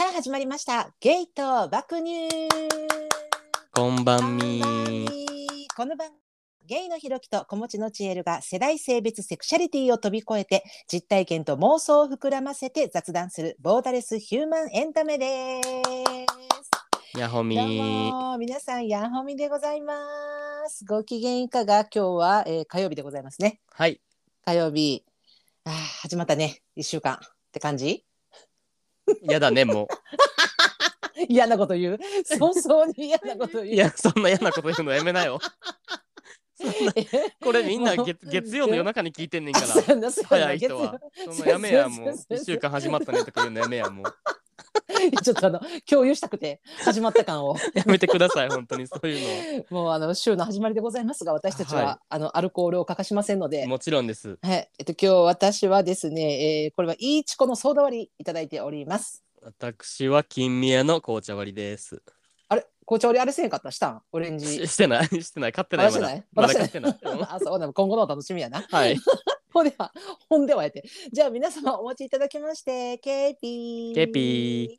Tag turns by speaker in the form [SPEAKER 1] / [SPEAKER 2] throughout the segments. [SPEAKER 1] あ始まりましたゲイと爆乳
[SPEAKER 2] こんばんみ
[SPEAKER 1] この番ゲイのひろきと子持ちのちえるが世代性別セクシャリティを飛び越えて実体験と妄想を膨らませて雑談するボーダレスヒューマンエンタメです
[SPEAKER 2] やほみ
[SPEAKER 1] どうも皆さんヤンホミでございますご機嫌いかが今日は、えー火曜日でございますね
[SPEAKER 2] はい
[SPEAKER 1] 火曜日あー始まったね一週間って感じ
[SPEAKER 2] やだねも
[SPEAKER 1] 嫌なこと言う早々に嫌なこと言
[SPEAKER 2] う
[SPEAKER 1] う
[SPEAKER 2] いやそんな嫌なこと言うのやめなよ これみんな月月曜の夜中に聞いてんねんから
[SPEAKER 1] そうや なそうや
[SPEAKER 2] 早
[SPEAKER 1] ない
[SPEAKER 2] 人は
[SPEAKER 1] 曜
[SPEAKER 2] そのやめや
[SPEAKER 1] そう
[SPEAKER 2] も
[SPEAKER 1] そううそうそう
[SPEAKER 2] 1週間始まったねとか言うのやめやもう
[SPEAKER 1] 月曜 ちょっとあの共有したくて始まった感を
[SPEAKER 2] やめてください本当にそういう
[SPEAKER 1] もうあの週の始まりでございますが私たちは、
[SPEAKER 2] は
[SPEAKER 1] あのアルコールを欠かしませんので
[SPEAKER 2] のもちろんです
[SPEAKER 1] はいえっと、今日私はですね、えーこれはいいちこのソーダ割りいただいております
[SPEAKER 2] 私は金宮の紅茶割りです
[SPEAKER 1] あれ紅茶折りあれせんかったしたんオレンジ
[SPEAKER 2] ししてないしてない買ってな
[SPEAKER 1] ま
[SPEAKER 2] い
[SPEAKER 1] だし
[SPEAKER 2] ま
[SPEAKER 1] てな
[SPEAKER 2] だ
[SPEAKER 1] い
[SPEAKER 2] ま
[SPEAKER 1] まだ
[SPEAKER 2] だ買っ
[SPEAKER 1] してて
[SPEAKER 2] な
[SPEAKER 1] ないい あそうなの今後のお楽しみやな
[SPEAKER 2] はい
[SPEAKER 1] ほんではほんではやってじゃあ皆様お持ちいただきましてケーピー
[SPEAKER 2] ケーピ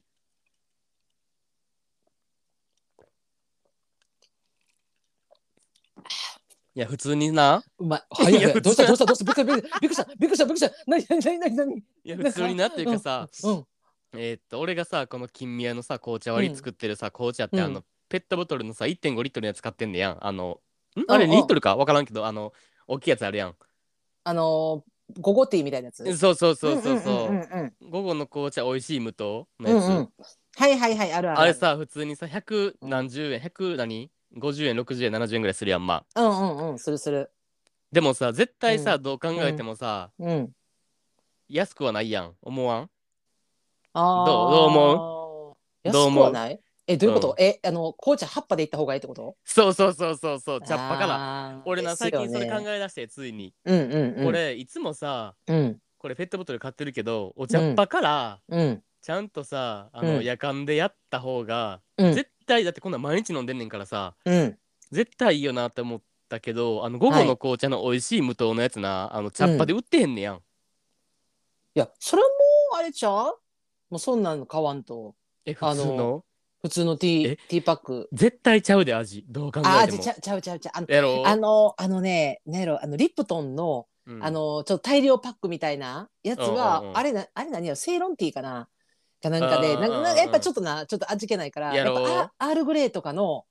[SPEAKER 2] いや普通にな
[SPEAKER 1] うまい。
[SPEAKER 2] い
[SPEAKER 1] 早い
[SPEAKER 2] いや
[SPEAKER 1] 早い。どうしたどうしたどうしたびっくりしたびっくりしたびっくりしたびっくりした。なになになになになに。
[SPEAKER 2] いや普通になっていうかさ
[SPEAKER 1] うん。
[SPEAKER 2] えーっと俺がさこの金宮のさ紅茶割
[SPEAKER 1] う
[SPEAKER 2] り
[SPEAKER 1] ん
[SPEAKER 2] 作ってるさ、紅茶ってあの、
[SPEAKER 1] う
[SPEAKER 2] ペットボトルのさ1.5リットルのやつ買ってんねやんあのん
[SPEAKER 1] ん
[SPEAKER 2] あれ
[SPEAKER 1] うん
[SPEAKER 2] 2リットルか分からんけどあの大きいやつあるやん
[SPEAKER 1] あのーゴゴティーみたいなやつ。
[SPEAKER 2] そうそうそうそうそう,、
[SPEAKER 1] んんんうん
[SPEAKER 2] 午後の紅茶美味しい無糖の
[SPEAKER 1] う
[SPEAKER 2] や
[SPEAKER 1] ん
[SPEAKER 2] つ、
[SPEAKER 1] うん。はいはいはいあるある。
[SPEAKER 2] あれ。さ普通にさ100何十円100何50円60円70円ぐらいするやんまあ
[SPEAKER 1] うんうんうんするする。
[SPEAKER 2] でもさ絶対さ、どう考えてもさ、
[SPEAKER 1] うん。
[SPEAKER 2] 安くはないやん思わん
[SPEAKER 1] あー
[SPEAKER 2] どうどう思
[SPEAKER 1] 安く
[SPEAKER 2] どう
[SPEAKER 1] は
[SPEAKER 2] 思う
[SPEAKER 1] ない。えどういうこと？えあの紅茶葉っぱでいった方がいいってこと？
[SPEAKER 2] そうそうそうそうそう茶っぱから
[SPEAKER 1] ら
[SPEAKER 2] 俺な最近それ考
[SPEAKER 1] え。
[SPEAKER 2] え出してついに、
[SPEAKER 1] うんうんうん。。
[SPEAKER 2] 俺いつもさ
[SPEAKER 1] うん
[SPEAKER 2] これペットボトル買ってるけどお茶っ葉から
[SPEAKER 1] うん
[SPEAKER 2] ちゃんとさ、あの
[SPEAKER 1] うん
[SPEAKER 2] 夜間でやった方が、
[SPEAKER 1] うん
[SPEAKER 2] 絶対だってこんなん毎日飲んでんねんからさ
[SPEAKER 1] うん。
[SPEAKER 2] 絶対いいよなって思ったけどあの午後の紅茶の美味しい無糖のやつな、あの茶っ葉で売ってへんねやん、
[SPEAKER 1] いやそれもうあれちゃう？もうそんなの買わんと
[SPEAKER 2] え普通
[SPEAKER 1] あ
[SPEAKER 2] の
[SPEAKER 1] 普通のティ
[SPEAKER 2] え
[SPEAKER 1] ーティーパック。
[SPEAKER 2] 絶対ちゃうで味どう考
[SPEAKER 1] あー
[SPEAKER 2] えても
[SPEAKER 1] じゃちゃうちゃうちゃうあの
[SPEAKER 2] やろ
[SPEAKER 1] あのあのねなんやろあのリプトンの、
[SPEAKER 2] うん
[SPEAKER 1] あのちょっと大量パックみたいなやつは、
[SPEAKER 2] うんうんうん
[SPEAKER 1] あれなあれ何よセイロンティーかなかなんかで
[SPEAKER 2] あー
[SPEAKER 1] なんか
[SPEAKER 2] うんうん
[SPEAKER 1] なんかやっぱちょっとなちょっと味気ないから
[SPEAKER 2] や
[SPEAKER 1] やっ
[SPEAKER 2] ろ
[SPEAKER 1] ぱあアールグレーとかの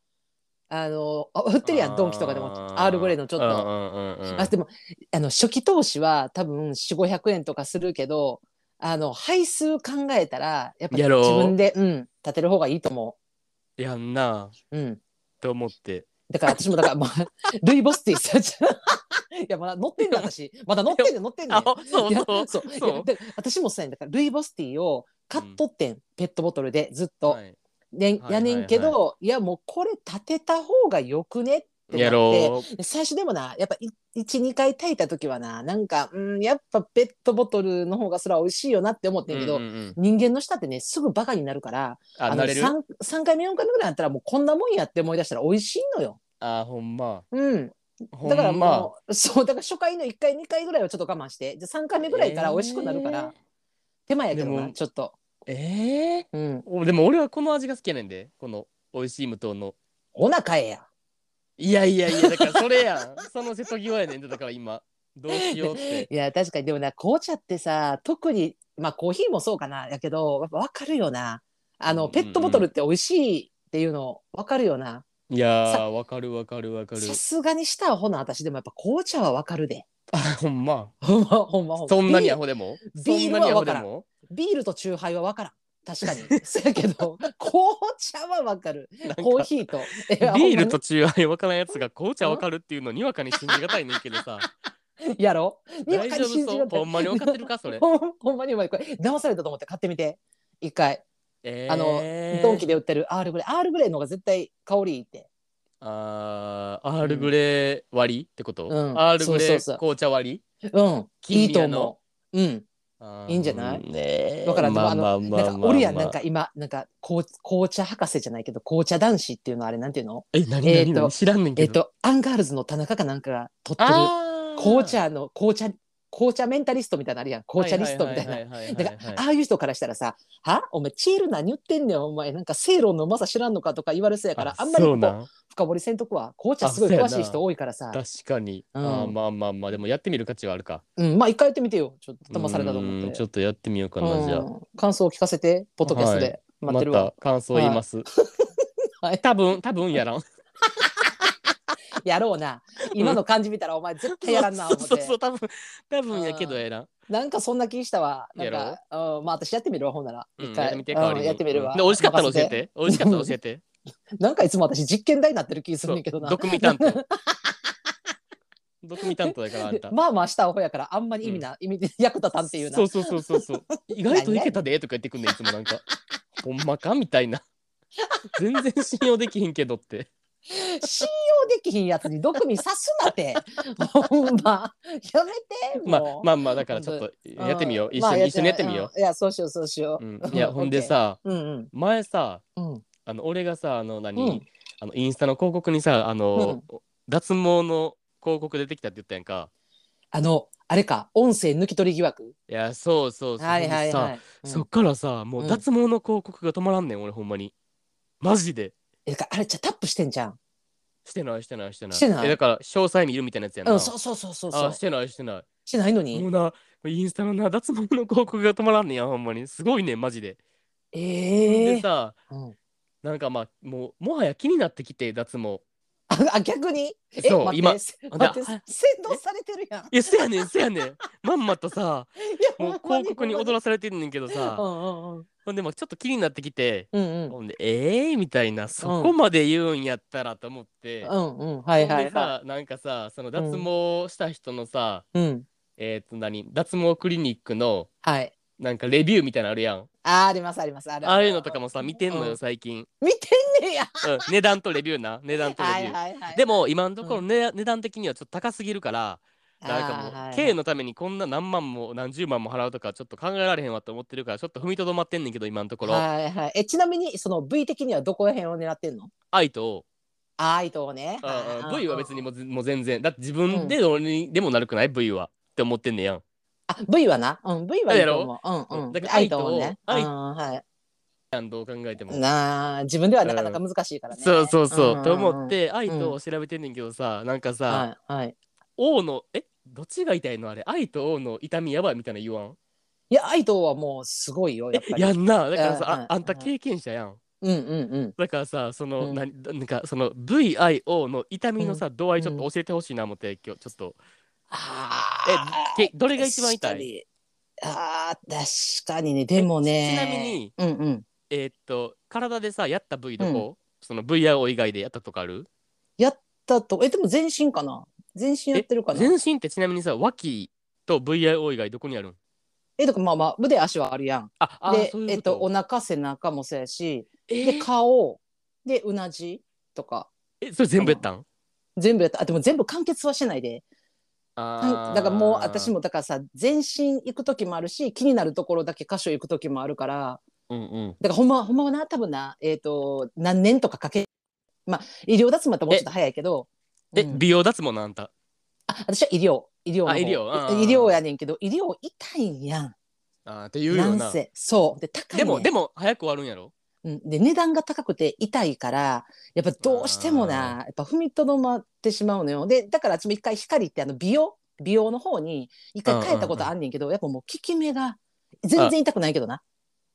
[SPEAKER 1] あのあ売ってるやんドンキとかでもアールグレーのちょっと。
[SPEAKER 2] うんうんうんうん
[SPEAKER 1] あでもあの初期投資は多分4500円とかするけどあの配数考えたらやっぱ自
[SPEAKER 2] やろう
[SPEAKER 1] 分で、うん、立てる方がいいと思
[SPEAKER 2] やんな
[SPEAKER 1] う。うん
[SPEAKER 2] と思って
[SPEAKER 1] だから私もだから、まあ、ルイボスティーさ、 いやまだ乗ってんだ私、まだ乗ってんねん乗ってんねん。
[SPEAKER 2] あそう
[SPEAKER 1] いや
[SPEAKER 2] そう
[SPEAKER 1] そういやだから私もそうやねんだからルイボスティーを買っとってん、ペットボトルでずっと、
[SPEAKER 2] はい
[SPEAKER 1] ね
[SPEAKER 2] はい
[SPEAKER 1] やねんけど、いやもうこれ立てた方がよくねってなって
[SPEAKER 2] やろう
[SPEAKER 1] で最初でもなやっぱ12回炊いた時はななんか、うん、やっぱペットボトルの方がそれは美味しいよなって思ってんけど、
[SPEAKER 2] うんうんうん
[SPEAKER 1] 人間の舌ってねすぐバカになるから
[SPEAKER 2] あ
[SPEAKER 1] の
[SPEAKER 2] 慣れる
[SPEAKER 1] 3, 3回目4回目ぐらいあったらもうこんなもんやって思い出したら美味しいのよ。
[SPEAKER 2] あほんま
[SPEAKER 1] うん、
[SPEAKER 2] ほん
[SPEAKER 1] だ
[SPEAKER 2] ま
[SPEAKER 1] からもう、そうだから初回の1回2回ぐらいはちょっと我慢してじゃ3回目ぐらいから美味しくなるから、
[SPEAKER 2] えー
[SPEAKER 1] 手前やけど
[SPEAKER 2] で
[SPEAKER 1] な
[SPEAKER 2] も
[SPEAKER 1] ちょっと、
[SPEAKER 2] ええ
[SPEAKER 1] うん、
[SPEAKER 2] おでも俺はこの味が好きやねんでこの美味しい無糖の
[SPEAKER 1] お腹ええや
[SPEAKER 2] いやいやいやだからそれ やんその瀬戸際やねんでだから今どうしようって
[SPEAKER 1] いや確かにでもな紅茶ってさ特にまあコーヒーもそうかなやけどやっぱ分かるよなあの、
[SPEAKER 2] うんうん
[SPEAKER 1] ペットボトルって美味しいっていうの分かるよない
[SPEAKER 2] やーわかるわかるわかる
[SPEAKER 1] さすがにしたほな私でもやっぱ紅茶は分かるで
[SPEAKER 2] あ ほんま
[SPEAKER 1] ほんまほんまほんま
[SPEAKER 2] そんなに
[SPEAKER 1] ビ
[SPEAKER 2] ア
[SPEAKER 1] ール
[SPEAKER 2] ホでも
[SPEAKER 1] ビールは
[SPEAKER 2] そんなにアホ
[SPEAKER 1] わ
[SPEAKER 2] で
[SPEAKER 1] からん
[SPEAKER 2] も
[SPEAKER 1] ビールとチューハイは分からん確か にそうやけど紅茶は分かる
[SPEAKER 2] なんか
[SPEAKER 1] コーヒーとえ
[SPEAKER 2] ビール
[SPEAKER 1] ほんま
[SPEAKER 2] と中和わからんやつが紅茶わかるっていうのにわかに信じがたいねんけどさ
[SPEAKER 1] にやろ にわ
[SPEAKER 2] 大
[SPEAKER 1] か
[SPEAKER 2] 丈
[SPEAKER 1] に
[SPEAKER 2] 夫
[SPEAKER 1] 信じ
[SPEAKER 2] そ
[SPEAKER 1] が
[SPEAKER 2] う
[SPEAKER 1] たい
[SPEAKER 2] ほんまにわかってるかそれ
[SPEAKER 1] ほん ほんまにうまいこれ騙されたと思って買ってみて一回
[SPEAKER 2] えー、
[SPEAKER 1] あのドンキで売ってるアールグレーアールグレーの方が絶対香りいい って
[SPEAKER 2] あーアールグレー割りってこと、
[SPEAKER 1] うん
[SPEAKER 2] アールグ
[SPEAKER 1] そうそ
[SPEAKER 2] レ
[SPEAKER 1] うそう
[SPEAKER 2] ー紅茶割り
[SPEAKER 1] うんい
[SPEAKER 2] 金
[SPEAKER 1] いと
[SPEAKER 2] 宮の
[SPEAKER 1] 思ううんいいんじゃない
[SPEAKER 2] ね
[SPEAKER 1] だからでも
[SPEAKER 2] まあ
[SPEAKER 1] あ
[SPEAKER 2] まあ
[SPEAKER 1] の
[SPEAKER 2] まあまあ
[SPEAKER 1] なんかおるやんなんか今なんか紅紅茶博士じゃないけど紅茶男子っていうのはあれなんていうの
[SPEAKER 2] え、何
[SPEAKER 1] えー
[SPEAKER 2] 何
[SPEAKER 1] と
[SPEAKER 2] 何知らんねん
[SPEAKER 1] え
[SPEAKER 2] け
[SPEAKER 1] っ
[SPEAKER 2] ど。
[SPEAKER 1] とアンガールズの田中かなんかが取ってる
[SPEAKER 2] あー
[SPEAKER 1] 紅茶の紅茶紅茶メンタリストみたいなのあるやん紅茶リストみたいな。だから、ああいう人からしたらさ「はお前チール何言ってんねんお前なんか正論のうまさ知らんのか」とか言われそうやからあんまり
[SPEAKER 2] そ
[SPEAKER 1] こ
[SPEAKER 2] う
[SPEAKER 1] う
[SPEAKER 2] なん
[SPEAKER 1] 深掘りせんとこは紅茶すごい詳しい人多いからさ、
[SPEAKER 2] 確かに、
[SPEAKER 1] うん
[SPEAKER 2] あーまあまあまあでもやってみる価値はあるか
[SPEAKER 1] うん、まあ一回やってみてよちょっと騙されたと思って
[SPEAKER 2] うんちょっとやってみようかな、じゃ
[SPEAKER 1] うん感想を聞かせてポッドキャストで
[SPEAKER 2] あ
[SPEAKER 1] 待っ
[SPEAKER 2] ま
[SPEAKER 1] てるわ、
[SPEAKER 2] た感想言います、
[SPEAKER 1] はい
[SPEAKER 2] 多分多分やらん
[SPEAKER 1] やろうな今の感じ見たらお前絶対 やらんな思って
[SPEAKER 2] そうそうそう多分多分やけどやらん
[SPEAKER 1] なんかそんな気したわなんかうんまあ私やってみるわほんなら
[SPEAKER 2] うん
[SPEAKER 1] 一
[SPEAKER 2] やっ
[SPEAKER 1] 回、
[SPEAKER 2] てみて
[SPEAKER 1] うん
[SPEAKER 2] 代わりに
[SPEAKER 1] やってみるわ
[SPEAKER 2] で美味しかったら教え
[SPEAKER 1] 任せ
[SPEAKER 2] て美味しかったら教えて
[SPEAKER 1] なんかいつも私実験台になってる気 す
[SPEAKER 2] そ
[SPEAKER 1] る
[SPEAKER 2] うん
[SPEAKER 1] だけどな
[SPEAKER 2] 毒味 担当毒味担当だからあん
[SPEAKER 1] で
[SPEAKER 2] た
[SPEAKER 1] まあまあしたアホやからあんまり意味な、意味で役立たんっていうな
[SPEAKER 2] そうそうそうそ うそう意外といけたでとか言ってくんねんいつもなんかほんまかみたいな全然信用できひんけどって
[SPEAKER 1] 信用できひんやつに毒味さすな ってほんまやめてもう
[SPEAKER 2] まあまあまあだからちょっと
[SPEAKER 1] うん
[SPEAKER 2] やってみよう一
[SPEAKER 1] まあ
[SPEAKER 2] 緒に一緒にやってみよ
[SPEAKER 1] うんいやそうしようそうしよ
[SPEAKER 2] う、
[SPEAKER 1] う、
[SPEAKER 2] うんいやほんでさ
[SPEAKER 1] うん
[SPEAKER 2] 前さ
[SPEAKER 1] うんうん
[SPEAKER 2] あの俺がさあの何、
[SPEAKER 1] うん
[SPEAKER 2] あのインスタの広告にさあの、脱毛の広告出てきたって言ったやんか
[SPEAKER 1] あのあれか音声抜き取り疑惑
[SPEAKER 2] いやそうそうそう、
[SPEAKER 1] はいはい
[SPEAKER 2] ほん
[SPEAKER 1] は
[SPEAKER 2] でさ
[SPEAKER 1] い、うん
[SPEAKER 2] そっからさもううん脱毛の広告が止まらんねん俺ほんまにマジで
[SPEAKER 1] えかあれじゃあタップしてんじゃん
[SPEAKER 2] してないしてないしてない
[SPEAKER 1] してない
[SPEAKER 2] えだから詳細見るみたいなやつやんな、
[SPEAKER 1] うんそうそうそうそうそ
[SPEAKER 2] あ
[SPEAKER 1] う
[SPEAKER 2] してないしてない
[SPEAKER 1] してないの
[SPEAKER 2] も
[SPEAKER 1] に
[SPEAKER 2] うなインスタのな脱毛の広告が止まらんねんやほんまにすごいねんマジで、
[SPEAKER 1] ええ
[SPEAKER 2] でさ
[SPEAKER 1] うん
[SPEAKER 2] なんかまあもうもはや気になってきて脱毛
[SPEAKER 1] ああ逆にえ
[SPEAKER 2] そう
[SPEAKER 1] 待って
[SPEAKER 2] 今
[SPEAKER 1] せ待って
[SPEAKER 2] あ
[SPEAKER 1] 洗脳されてるやん
[SPEAKER 2] いやせやねんせ やねんまんまとさ
[SPEAKER 1] いや
[SPEAKER 2] も
[SPEAKER 1] ほんま
[SPEAKER 2] う広告に
[SPEAKER 1] ほんま
[SPEAKER 2] 踊らされてんねんけどさ、
[SPEAKER 1] うんうん
[SPEAKER 2] ほんでもちょっと気になってきて、
[SPEAKER 1] うんうん
[SPEAKER 2] ほんでええー、みたいなそこまで言うんやったらと思って、
[SPEAKER 1] うんうんはいは
[SPEAKER 2] ほん
[SPEAKER 1] い
[SPEAKER 2] で
[SPEAKER 1] は
[SPEAKER 2] さなんかさその脱毛した人のさ、
[SPEAKER 1] いうん
[SPEAKER 2] えっ、と何脱毛クリニックの
[SPEAKER 1] はい
[SPEAKER 2] なんかレビューみたいなのあるやん
[SPEAKER 1] あーありますありますある
[SPEAKER 2] ああいうのとかもさ見てんの
[SPEAKER 1] う
[SPEAKER 2] よ最近、
[SPEAKER 1] 見てんねや
[SPEAKER 2] うん、値段とレビューな値段とレビュー、
[SPEAKER 1] はいはいはい
[SPEAKER 2] でも今のところ、
[SPEAKER 1] う
[SPEAKER 2] ね値段的にはちょっと高すぎるからなんかもう、
[SPEAKER 1] あーはい
[SPEAKER 2] 経営のためにこんな何万も何十万も払うとかちょっと考えられへんわと思ってるからちょっと踏みとどまってんねんけど今のところ、
[SPEAKER 1] はいはいえちなみにその V 的にはどこら辺を狙ってんの
[SPEAKER 2] 愛と
[SPEAKER 1] 愛とね
[SPEAKER 2] うんうん
[SPEAKER 1] い
[SPEAKER 2] V は別にもうぜもう全然だって自分でどうにでもなるくない V はって思ってんねやん
[SPEAKER 1] あ V はなうん V はいいと思ううん
[SPEAKER 2] う
[SPEAKER 1] うんん
[SPEAKER 2] だから
[SPEAKER 1] 愛とねうん
[SPEAKER 2] 愛と
[SPEAKER 1] は
[SPEAKER 2] なんどう考えても
[SPEAKER 1] いなあ自分ではなかなか難しいからね
[SPEAKER 2] そうそうそう、
[SPEAKER 1] ん
[SPEAKER 2] と思っ
[SPEAKER 1] うん
[SPEAKER 2] て愛とを調べてんねんけどさなんかさ、
[SPEAKER 1] はいはい
[SPEAKER 2] 王のえどっちが痛いのあれ愛と王の痛みやばいみたいな言わん
[SPEAKER 1] いや愛とはもうすごいよやっぱり
[SPEAKER 2] やんなだからさ、
[SPEAKER 1] うんうん
[SPEAKER 2] ああんた経験者やん
[SPEAKER 1] うんうんうん
[SPEAKER 2] だからさその、
[SPEAKER 1] うん
[SPEAKER 2] ななんかその VIO の痛みのさ、度合いちょっと教えてほしいな思って今日ちょっと
[SPEAKER 1] あ
[SPEAKER 2] えけどれが一番痛い
[SPEAKER 1] いあー確かにねでもね
[SPEAKER 2] えちなみに
[SPEAKER 1] うんうん
[SPEAKER 2] えーっと体でさやった V どこ、その VIO 以外でやったとかある
[SPEAKER 1] やったとえでも全身かな全身やってるかな
[SPEAKER 2] 全身ってちなみにさ脇と VIO 以外どこにあるん
[SPEAKER 1] えとかまあまあ腕足はあるやん
[SPEAKER 2] ああー
[SPEAKER 1] で
[SPEAKER 2] そういう
[SPEAKER 1] えっとお
[SPEAKER 2] こ
[SPEAKER 1] 腹背中もそうやし
[SPEAKER 2] え
[SPEAKER 1] で顔でうなじとか
[SPEAKER 2] えそれ全部やったん
[SPEAKER 1] 全部やったあでも全部完結はしてないで
[SPEAKER 2] あ
[SPEAKER 1] だ
[SPEAKER 2] ー
[SPEAKER 1] からもう私もだからさ全身行く時もあるし気になるところだけ箇所行く時もあるから
[SPEAKER 2] うんうん
[SPEAKER 1] だからほんまはほんまはな多分なえっ、と何年とかかけまあ医療脱毛だともうちょっと早いけど
[SPEAKER 2] え、
[SPEAKER 1] うん
[SPEAKER 2] 美容脱毛のあんた
[SPEAKER 1] あ私は医療医療の方
[SPEAKER 2] あ医療あー
[SPEAKER 1] い医療やねんけど医療痛いんやん
[SPEAKER 2] あーって言うよ
[SPEAKER 1] な
[SPEAKER 2] なん
[SPEAKER 1] せそうで高い、ね
[SPEAKER 2] で
[SPEAKER 1] ん、
[SPEAKER 2] もでも早く終わるんやろ
[SPEAKER 1] うん、で値段が高くて痛いからやっぱどうしても
[SPEAKER 2] あー
[SPEAKER 1] なやっぱ踏みとどまってしまうのよでだから私も一回光ってあの美容美容の方に一回変えたことあんねんけど、やっぱもう効き目が全然痛くないけどな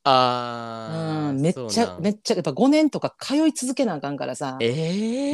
[SPEAKER 2] あ
[SPEAKER 1] う
[SPEAKER 2] あ
[SPEAKER 1] んめっちゃめっちゃやっぱ5年とか通い続けなあかんからさ
[SPEAKER 2] え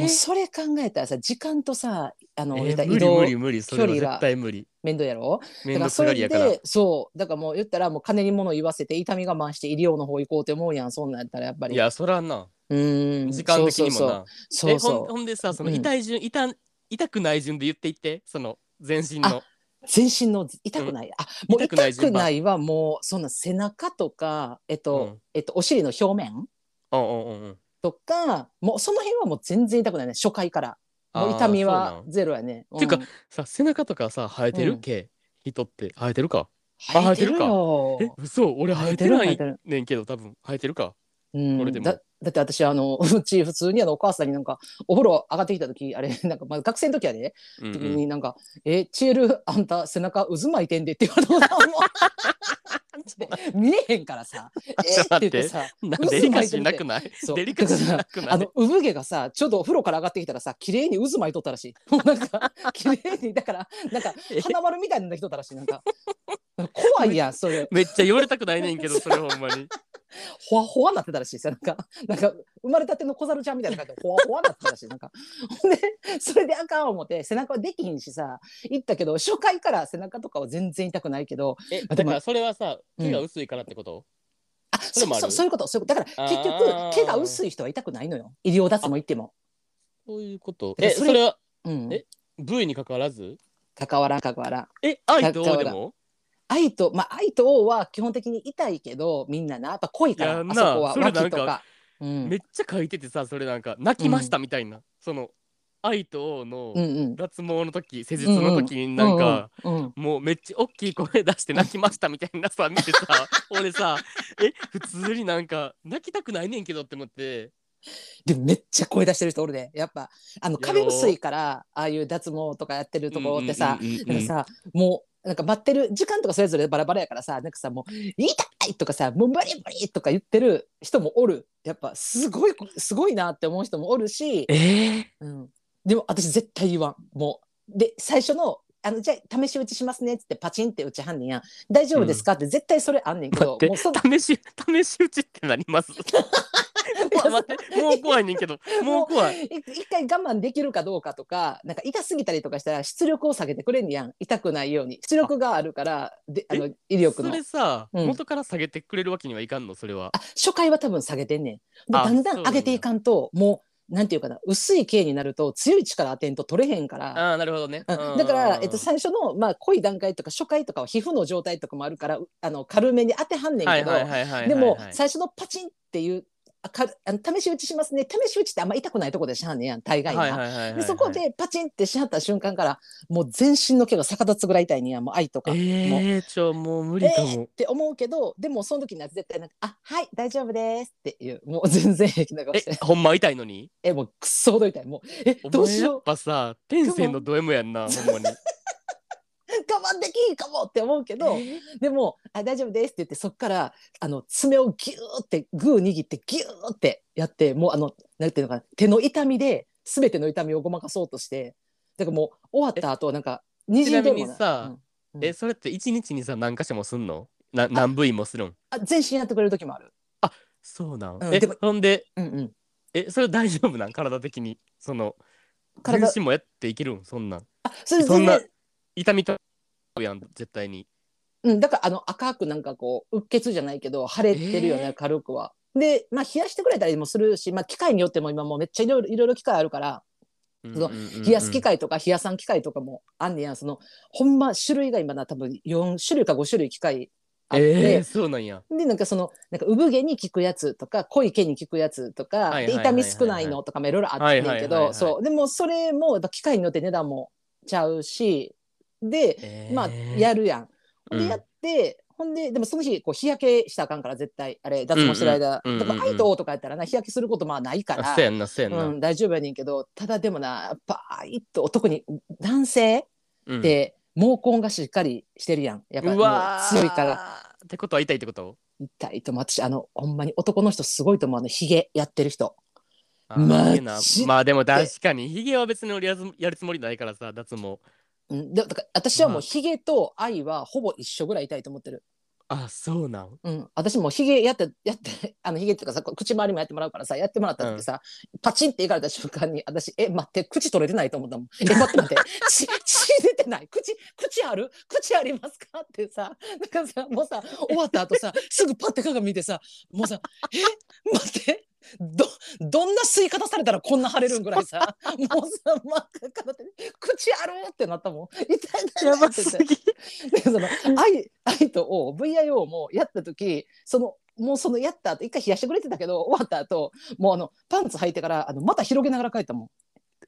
[SPEAKER 1] もう
[SPEAKER 2] ー、
[SPEAKER 1] それ考えたらさ時間とさあの、
[SPEAKER 2] えー
[SPEAKER 1] 言ったら移
[SPEAKER 2] 無理
[SPEAKER 1] 動
[SPEAKER 2] 無理無理それは
[SPEAKER 1] 距離が
[SPEAKER 2] 絶対無理
[SPEAKER 1] 面倒やろ
[SPEAKER 2] め
[SPEAKER 1] だから
[SPEAKER 2] んどくさ
[SPEAKER 1] そ
[SPEAKER 2] が
[SPEAKER 1] れ
[SPEAKER 2] りやから
[SPEAKER 1] でそうだからもう言ったらもう金に物言わせて痛み我慢して医療の方行こうって思うやんそんなんやったらやっぱり
[SPEAKER 2] いやそらな
[SPEAKER 1] うーん
[SPEAKER 2] 時間的にも
[SPEAKER 1] そ
[SPEAKER 2] な
[SPEAKER 1] うそうそうそう
[SPEAKER 2] え
[SPEAKER 1] そう
[SPEAKER 2] ほ
[SPEAKER 1] ん
[SPEAKER 2] ほんでさその
[SPEAKER 1] うん
[SPEAKER 2] 痛い順、痛痛くない順で言っていってその全身の
[SPEAKER 1] 全身の痛くない、あもう
[SPEAKER 2] 痛
[SPEAKER 1] 痛
[SPEAKER 2] く
[SPEAKER 1] く
[SPEAKER 2] な
[SPEAKER 1] ないい
[SPEAKER 2] 順番
[SPEAKER 1] はもうそんな背中とかえっと、
[SPEAKER 2] うん
[SPEAKER 1] えっとお尻の表面
[SPEAKER 2] うんうんうんうん
[SPEAKER 1] とかもうその辺はもう全然痛くないね初回からも
[SPEAKER 2] あ
[SPEAKER 1] う
[SPEAKER 2] ー
[SPEAKER 1] 痛み
[SPEAKER 2] そうな
[SPEAKER 1] は
[SPEAKER 2] ん
[SPEAKER 1] ゼロやね
[SPEAKER 2] ていうか
[SPEAKER 1] ん
[SPEAKER 2] さ背中とかさ生えて
[SPEAKER 1] う
[SPEAKER 2] る
[SPEAKER 1] ん
[SPEAKER 2] 毛、人って生えてるかあ
[SPEAKER 1] 生えてる
[SPEAKER 2] 生
[SPEAKER 1] よ
[SPEAKER 2] え嘘俺生えてな
[SPEAKER 1] 生え
[SPEAKER 2] い
[SPEAKER 1] てる
[SPEAKER 2] ねんけど多分生えてるか
[SPEAKER 3] うん
[SPEAKER 2] これでも
[SPEAKER 1] だだって私あの うち普通にあのお母さんになんかお風呂上がってきた時あれ なんかまあ学生の時やで、
[SPEAKER 2] うん
[SPEAKER 1] 時
[SPEAKER 2] うん
[SPEAKER 1] になんか「えチエルあんた背中渦巻いてんで」って言われたことあるも ん 見えへんからさ「え
[SPEAKER 2] ちょっと
[SPEAKER 1] っ?」て言
[SPEAKER 2] 待
[SPEAKER 1] っ
[SPEAKER 2] っ
[SPEAKER 1] ててさ
[SPEAKER 2] な
[SPEAKER 1] 嘘
[SPEAKER 2] デリカシーなくない
[SPEAKER 1] そう
[SPEAKER 2] デリカシーなく な
[SPEAKER 1] あ
[SPEAKER 2] い
[SPEAKER 1] の産毛がさちょうどお風呂から上がってきたらさ綺麗に渦巻いとったらしいも うなんか綺麗にだからなんか
[SPEAKER 2] え
[SPEAKER 1] 花丸みたいなのできとったらしいなんか怖いやん それ
[SPEAKER 2] めっちゃ言われたくないねんけどそれほんま に
[SPEAKER 1] ほわほわなってたらしいですよなんかなんか生まれたての小猿ちゃんみたいな感じでほわほわなってたらしいなんか ほんでそれであかん思って背中はできひんしさ行ったけど初回から背中とかは全然痛くないけど
[SPEAKER 2] え
[SPEAKER 1] あ
[SPEAKER 2] だ
[SPEAKER 1] で
[SPEAKER 2] か
[SPEAKER 1] も
[SPEAKER 2] らそれはさ
[SPEAKER 1] うん
[SPEAKER 2] 毛が薄いからってこと、
[SPEAKER 1] あ
[SPEAKER 2] それ
[SPEAKER 1] そ
[SPEAKER 2] もある
[SPEAKER 1] そそういうことそういうことだから結
[SPEAKER 2] あ
[SPEAKER 1] 局
[SPEAKER 2] ー
[SPEAKER 1] 毛が薄い人は痛くないのよ医療脱毛行っても。
[SPEAKER 2] そういうこと
[SPEAKER 1] え
[SPEAKER 2] え
[SPEAKER 1] そ
[SPEAKER 2] そ
[SPEAKER 1] れ
[SPEAKER 2] れは
[SPEAKER 1] うん、
[SPEAKER 2] え部位に関わらず
[SPEAKER 1] 関わらん関わらん。
[SPEAKER 2] え愛と王でも
[SPEAKER 1] 愛と、まあ、愛と王は基本的に痛いけど、みんなな、やっぱ濃いから、
[SPEAKER 2] いや
[SPEAKER 1] あ
[SPEAKER 2] な
[SPEAKER 1] そこは
[SPEAKER 2] それ
[SPEAKER 1] 脇
[SPEAKER 2] なん
[SPEAKER 1] と
[SPEAKER 2] か
[SPEAKER 1] か。うん、
[SPEAKER 2] めっちゃ書いててさそれなんか泣きましたみたいな、その愛と王の
[SPEAKER 1] うんうん。
[SPEAKER 2] 脱毛の時施術の時になんか、
[SPEAKER 1] うんうん、
[SPEAKER 2] もうめっちゃ大きい声出して泣きましたみたいなさ見 てさ俺さえ普通になんか泣きたくないねんけどって思って
[SPEAKER 1] でもめっちゃ声出してる人おるで、やっぱ、あの、
[SPEAKER 2] や
[SPEAKER 1] 壁
[SPEAKER 2] ろう
[SPEAKER 1] 薄いから、ああいう脱毛とかやってるところってさ、
[SPEAKER 2] うんうんうんうん
[SPEAKER 1] なんかさ、もう、なんか待ってる時間とかそれぞれバラバラやからさ、なんかさ、もう、痛いとかさ、もう無理無理とか言ってる人もおる。やっぱ、すごい、すごいなって思う人もおるし、
[SPEAKER 2] えー
[SPEAKER 1] うん、でも私絶対言わんもうで最初のあのじゃあ試し打ちしますねっつってパチンって打ちはんねんやん大丈夫ですかって絶対それあんねんけど、
[SPEAKER 2] 待って
[SPEAKER 1] もうそんな
[SPEAKER 2] 試し試し打ちってなり ます怖い待ってもう怖いねんけどもう怖
[SPEAKER 1] い
[SPEAKER 2] い
[SPEAKER 1] 一回我慢できるかどうかとかなんか痛すぎたりとかしたら出力を下げてくれんねやん痛くないように出力があるからであの威力
[SPEAKER 2] そ
[SPEAKER 1] の
[SPEAKER 2] れさ、
[SPEAKER 1] うん
[SPEAKER 2] 元から下げてくれるわけにはいかんのそれは
[SPEAKER 1] あ初回は多分下げてんねんで
[SPEAKER 2] あ
[SPEAKER 1] だんだん
[SPEAKER 2] そ
[SPEAKER 1] 上
[SPEAKER 2] うなんだ
[SPEAKER 1] げていかんともうなんていうかな薄い形になると強い力当てんと取れへんから
[SPEAKER 2] ああなるほどね、
[SPEAKER 1] うんだから、えっと、
[SPEAKER 2] さ
[SPEAKER 1] 最初の、まあ、濃い段階とか初回とかは皮膚の状態とかもあるからうあの軽めに当てはんねん
[SPEAKER 2] は
[SPEAKER 1] け
[SPEAKER 2] い
[SPEAKER 1] ど、
[SPEAKER 2] はいはいはいはいはい
[SPEAKER 1] でも、最初のパチンっていうあかあの試し打ちしますね試し打ちってあんま痛くないとこでしゃあんねんやん大概な、
[SPEAKER 2] はいはいはいはい
[SPEAKER 1] でそこでパチンってしはった瞬間からもう全身の毛が逆立つぐらい痛いねんやもう愛とか。
[SPEAKER 2] え
[SPEAKER 1] もう
[SPEAKER 2] ー、ちょもう無理か
[SPEAKER 1] えーっ
[SPEAKER 2] も、
[SPEAKER 1] て思うけどでもその時には絶対なんか「あはい大丈夫です」っていうもう全然平気な顔
[SPEAKER 2] え
[SPEAKER 1] して
[SPEAKER 2] ほんま痛いのに
[SPEAKER 1] えもうくっそほど痛いもうえ
[SPEAKER 2] お前
[SPEAKER 1] どうし
[SPEAKER 2] や
[SPEAKER 1] よう
[SPEAKER 2] っぱさ天性のド M やんなほんまに
[SPEAKER 1] 我慢できんかもって思 うけど、でもあ大丈夫ですって言ってそっからあの爪をギューってグー握ってギューってやってもうあのなんていうのかな手の痛みで全ての痛みをごまかそうとしてだからもう終わった後なんかにじんでも
[SPEAKER 2] ちなみにさ
[SPEAKER 1] うん
[SPEAKER 2] えそれって一日にさ何箇所もすんのな何部位もするん
[SPEAKER 1] あ全身やってくれる時もある。
[SPEAKER 2] そうな
[SPEAKER 1] う
[SPEAKER 2] ん、
[SPEAKER 1] ん
[SPEAKER 2] え
[SPEAKER 1] でも
[SPEAKER 2] ほんで
[SPEAKER 1] うんうん、
[SPEAKER 2] えそれ大丈夫なん体的にその
[SPEAKER 1] 体
[SPEAKER 2] 全身もやっていけるんそんなん
[SPEAKER 1] あそれ
[SPEAKER 2] そん
[SPEAKER 1] 全
[SPEAKER 2] な
[SPEAKER 1] 然、
[SPEAKER 2] 痛みとやん絶対に
[SPEAKER 1] うん、だからあの赤くなんかこううっ血じゃないけど腫れてるよね、
[SPEAKER 2] えー
[SPEAKER 1] 軽くは。で、まあ、冷やしてくれたりもするし、まあ、機械によっても今もうめっちゃいろいろいろいろ機械あるからの冷やす機
[SPEAKER 2] か
[SPEAKER 1] 械とか冷やさん機械とかもあんねやそのほんま種類が今な多分4種類か5種類機械あって、
[SPEAKER 2] えー、そうなんや
[SPEAKER 1] でなんかそのなんか産毛に効くやつとか濃い毛に効くやつとか、
[SPEAKER 2] はいは
[SPEAKER 1] で
[SPEAKER 2] いはいはい
[SPEAKER 1] 痛み少ないのとかもいろいろあってんけ
[SPEAKER 2] はいはいはいは
[SPEAKER 1] ど
[SPEAKER 2] い
[SPEAKER 1] そうでもそれもやっぱ機械によって値段もちゃうしで、
[SPEAKER 2] え
[SPEAKER 1] まあやるやん。ほんでやって、ほんででもその日こう日焼けしたらあかんから絶対あれ脱毛してる間、
[SPEAKER 2] うんうん
[SPEAKER 1] だから
[SPEAKER 2] うんうんうん
[SPEAKER 1] 愛と王とかやったらな日焼けすることまあないか
[SPEAKER 2] あ
[SPEAKER 1] ら
[SPEAKER 2] そう。やんなそうやんな、
[SPEAKER 1] うん、大丈夫やねんけどただでもなやっぱいっと特に男性っ
[SPEAKER 2] うん
[SPEAKER 1] て、毛根がしっかりしてるやんやっぱ
[SPEAKER 2] うわー
[SPEAKER 1] もう強いから
[SPEAKER 2] ってことは痛いってこと
[SPEAKER 1] 痛いと思う私あのほんまに男の人すごいと思うあのひげやってる人
[SPEAKER 2] あー
[SPEAKER 1] マジ
[SPEAKER 2] いいなまあでも確かにヒゲは別に俺やるやるつもりないからさ脱毛
[SPEAKER 1] うんでだから私はもう
[SPEAKER 2] まあ
[SPEAKER 1] ひげと愛はほぼ一緒ぐらい痛いと思ってる、
[SPEAKER 2] あそうなん
[SPEAKER 1] うん、私もひげやって やってあのひげっていうかさこう口周りもやってもらうからさやってもらった時さ、パチンっていかれた瞬間に私え待って口取れてないと思ったもんえ待って待って血血出てない口口ある口ありますかってさなんかさもうさ終わった後さすぐパッて鏡見てさもうさえ待ってどどんな吸い方されたらこんな腫れるんぐらいさもうさ真っ赤かなって口あるってなったもん痛い痛い痛いって言って
[SPEAKER 2] ぎ
[SPEAKER 1] で その愛愛と O VIO もやった時そのもうそのやった後一回冷やしてくれてたけど終わった後もうあのパンツ履いてからあのまた広げながら帰ったもん。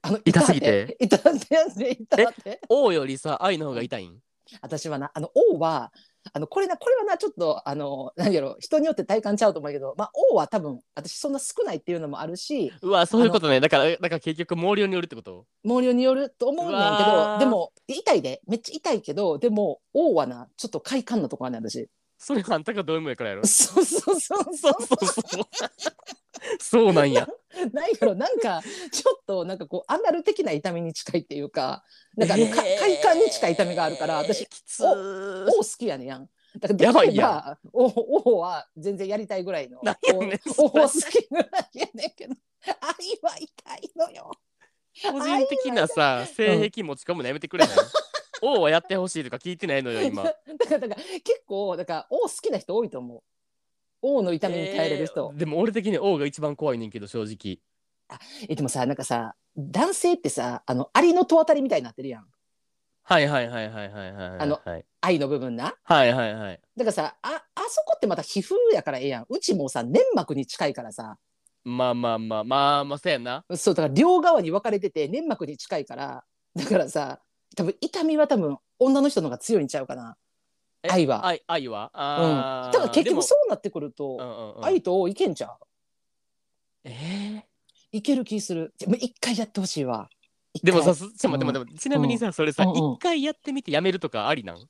[SPEAKER 1] あの
[SPEAKER 2] 痛すぎて
[SPEAKER 1] 痛って痛って痛って
[SPEAKER 2] 王よりさ愛の方が痛いん
[SPEAKER 1] 私はなあの王はあのこれなこれはなちょっとあの何やろ人によって体感ちゃうと思うけど、まあ、王は多分私そんな少ないっていうのもあるし
[SPEAKER 2] うわそういうことねだからだから結局毛量によるってこと
[SPEAKER 1] 毛量によると思うねんけ
[SPEAKER 2] う
[SPEAKER 1] ど
[SPEAKER 2] わー
[SPEAKER 1] でも痛いでめっちゃ痛いけどでも王はなちょっと快感なとこあんねん私。
[SPEAKER 2] それあんたがどういうもんやからやろ
[SPEAKER 1] そうそうそう
[SPEAKER 2] そ
[SPEAKER 1] そうう
[SPEAKER 2] そうそう そうなんや
[SPEAKER 1] ないやろなんかちょっとなんかこうアナル的な痛みに近いっていうかなんかあの、か
[SPEAKER 2] えー
[SPEAKER 1] 快感に近い痛みがあるから私
[SPEAKER 2] きつー
[SPEAKER 1] 王好きやねんやん。だから
[SPEAKER 2] やばい
[SPEAKER 1] できれば王王は全然やりたいぐらいの
[SPEAKER 2] なんやねん
[SPEAKER 1] 王王好きぐらいやねんけど愛は痛いのよ。
[SPEAKER 2] 個人的なさ性癖持ち込むのやめてくれない、王はやってほしいとか聞いてないのよ今
[SPEAKER 1] だからだから結構だから王好きな人多いと思う。王の痛みに耐えれる人。
[SPEAKER 2] えーでも俺的に王が一番怖いねんけど正直
[SPEAKER 1] えでもさなんかさ男性ってさあのアリの戸当たりみたいになってるやん
[SPEAKER 2] はいはいはいはいはいはいはい
[SPEAKER 1] あの
[SPEAKER 2] はい
[SPEAKER 1] 愛の部分な。
[SPEAKER 2] はいはいはい
[SPEAKER 1] だからさああそこってまた皮膚やからええやんうちもうさ粘膜に近いからさ
[SPEAKER 2] まあまあまあまあまあそうやな
[SPEAKER 1] そうだから両側に分かれてて粘膜に近いからだからさ多分痛みは多分女の人の方が強いんちゃうかな、
[SPEAKER 2] え
[SPEAKER 1] 愛は
[SPEAKER 2] 愛愛は
[SPEAKER 1] うん、
[SPEAKER 2] あ
[SPEAKER 1] だ
[SPEAKER 2] ー
[SPEAKER 1] から結
[SPEAKER 2] でも
[SPEAKER 1] 局そうなってくると、
[SPEAKER 2] うんうんうん
[SPEAKER 1] 愛と王いけんちゃう
[SPEAKER 2] え
[SPEAKER 1] いける気するもう一回やってほしいわ
[SPEAKER 2] ーでもさ
[SPEAKER 1] 一回
[SPEAKER 2] ちょっと待って待ってちなみにさそれさ
[SPEAKER 1] うんうん
[SPEAKER 2] 一回やってみてやめるとかありなん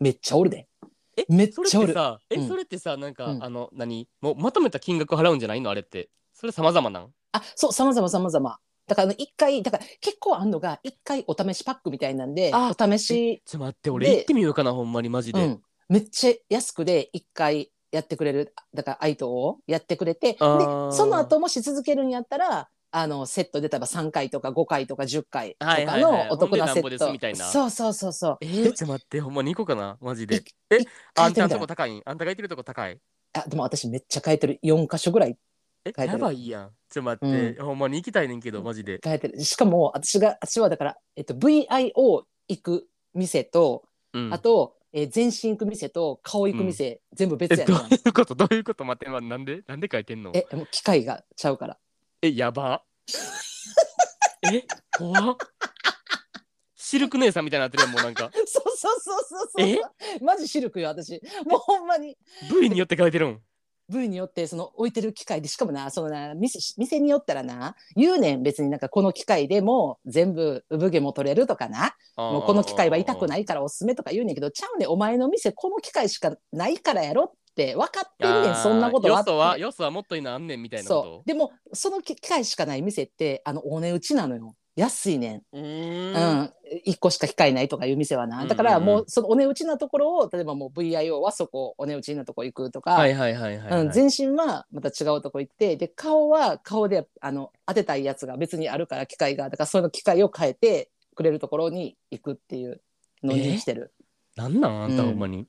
[SPEAKER 1] めっちゃおるで
[SPEAKER 2] え
[SPEAKER 1] めっ
[SPEAKER 2] それっ
[SPEAKER 1] ちゃお
[SPEAKER 2] て
[SPEAKER 1] る
[SPEAKER 2] さえ
[SPEAKER 1] うん
[SPEAKER 2] それってさなんか
[SPEAKER 1] うん
[SPEAKER 2] あの何もうまとめた金額払うんじゃないのあれってそれ様々なん
[SPEAKER 1] あそう様々様々だからあの一回だから結構あんのが一回お試しパックみたいなんで
[SPEAKER 2] あ
[SPEAKER 1] お試し
[SPEAKER 2] ちょっと待って俺
[SPEAKER 1] で
[SPEAKER 2] 行ってみようかなほんまにマジ
[SPEAKER 1] う
[SPEAKER 2] で
[SPEAKER 1] ん、めっちゃ安くで一回やってくれるだから愛とをやってくれてで
[SPEAKER 2] あ
[SPEAKER 1] そ
[SPEAKER 2] ー
[SPEAKER 1] の後もし続けるんやったらあのセットで例えば3回とか5回とか10回と
[SPEAKER 2] はい
[SPEAKER 1] か
[SPEAKER 2] はいはい
[SPEAKER 1] のお得なセ
[SPEAKER 2] ほんでなんぼで
[SPEAKER 1] ッ
[SPEAKER 2] す
[SPEAKER 1] ト
[SPEAKER 2] みたいな
[SPEAKER 1] そうそうそうそう
[SPEAKER 2] えー、ちょっと待ってほんまに行こうかなマジで
[SPEAKER 1] い
[SPEAKER 2] え
[SPEAKER 1] 一
[SPEAKER 2] あ
[SPEAKER 1] 回や
[SPEAKER 2] んた
[SPEAKER 1] っ
[SPEAKER 2] ん
[SPEAKER 1] て
[SPEAKER 2] と
[SPEAKER 1] み
[SPEAKER 2] こ
[SPEAKER 1] たら
[SPEAKER 2] 高いあんたが行ってるとこ高い
[SPEAKER 1] あでも私めっちゃ変えてる4箇所ぐらい
[SPEAKER 2] え
[SPEAKER 1] 書いてる
[SPEAKER 2] やばいやんちょっと待って、ほんまに行きたいねんけどマジで
[SPEAKER 1] 変えてるしかも私が私はだから、えっと、VIO 行く店と、
[SPEAKER 2] うん
[SPEAKER 1] あと、えー全身行く店と顔行く店、全部別
[SPEAKER 2] え
[SPEAKER 1] や
[SPEAKER 2] ど
[SPEAKER 1] ね
[SPEAKER 2] うんいうこと どういうこと待って、まなんでなんで書いてんの
[SPEAKER 1] えもう機械がちゃうから
[SPEAKER 2] えやば え怖っシルク姉さんみたいになってるやんもうなんか
[SPEAKER 1] そうそうそうそうそう。マジシルクよ私。もうほんまに
[SPEAKER 2] 部位によって書いてるん
[SPEAKER 1] 部位によってその置いてる機械でしかもなそのな店店によったらな言うねん別になんかこの機械でも全部産毛も取れるとかな もうこの機械は痛くないいからおすすめとか言うねんけどちゃうねんお前の店この機械しかないからやろって分かってんねんそんなこと
[SPEAKER 2] は
[SPEAKER 1] は
[SPEAKER 2] よそはよそはもっといいのあんねんみたいな
[SPEAKER 1] そ
[SPEAKER 2] こ
[SPEAKER 1] うでもその機械しかない店ってあのお値打ちなのよ安いねん
[SPEAKER 2] とうー
[SPEAKER 1] うんん、1個しか控えないとかいう店は
[SPEAKER 2] うんうん
[SPEAKER 1] な
[SPEAKER 2] うん
[SPEAKER 1] だからもうそのお値打ちなところを例えばもう VIO はそこお値打ちなとこ行くとか、
[SPEAKER 2] はいはいはいはい、はい
[SPEAKER 1] うん、全身はまた違うとこ行ってで顔は顔であの当てたいやつが別にあるから機械がだからその機械を変えてくれるところに行くっていうのにしてる。
[SPEAKER 2] なんなんあんた
[SPEAKER 1] うん
[SPEAKER 2] ほんまに、
[SPEAKER 1] い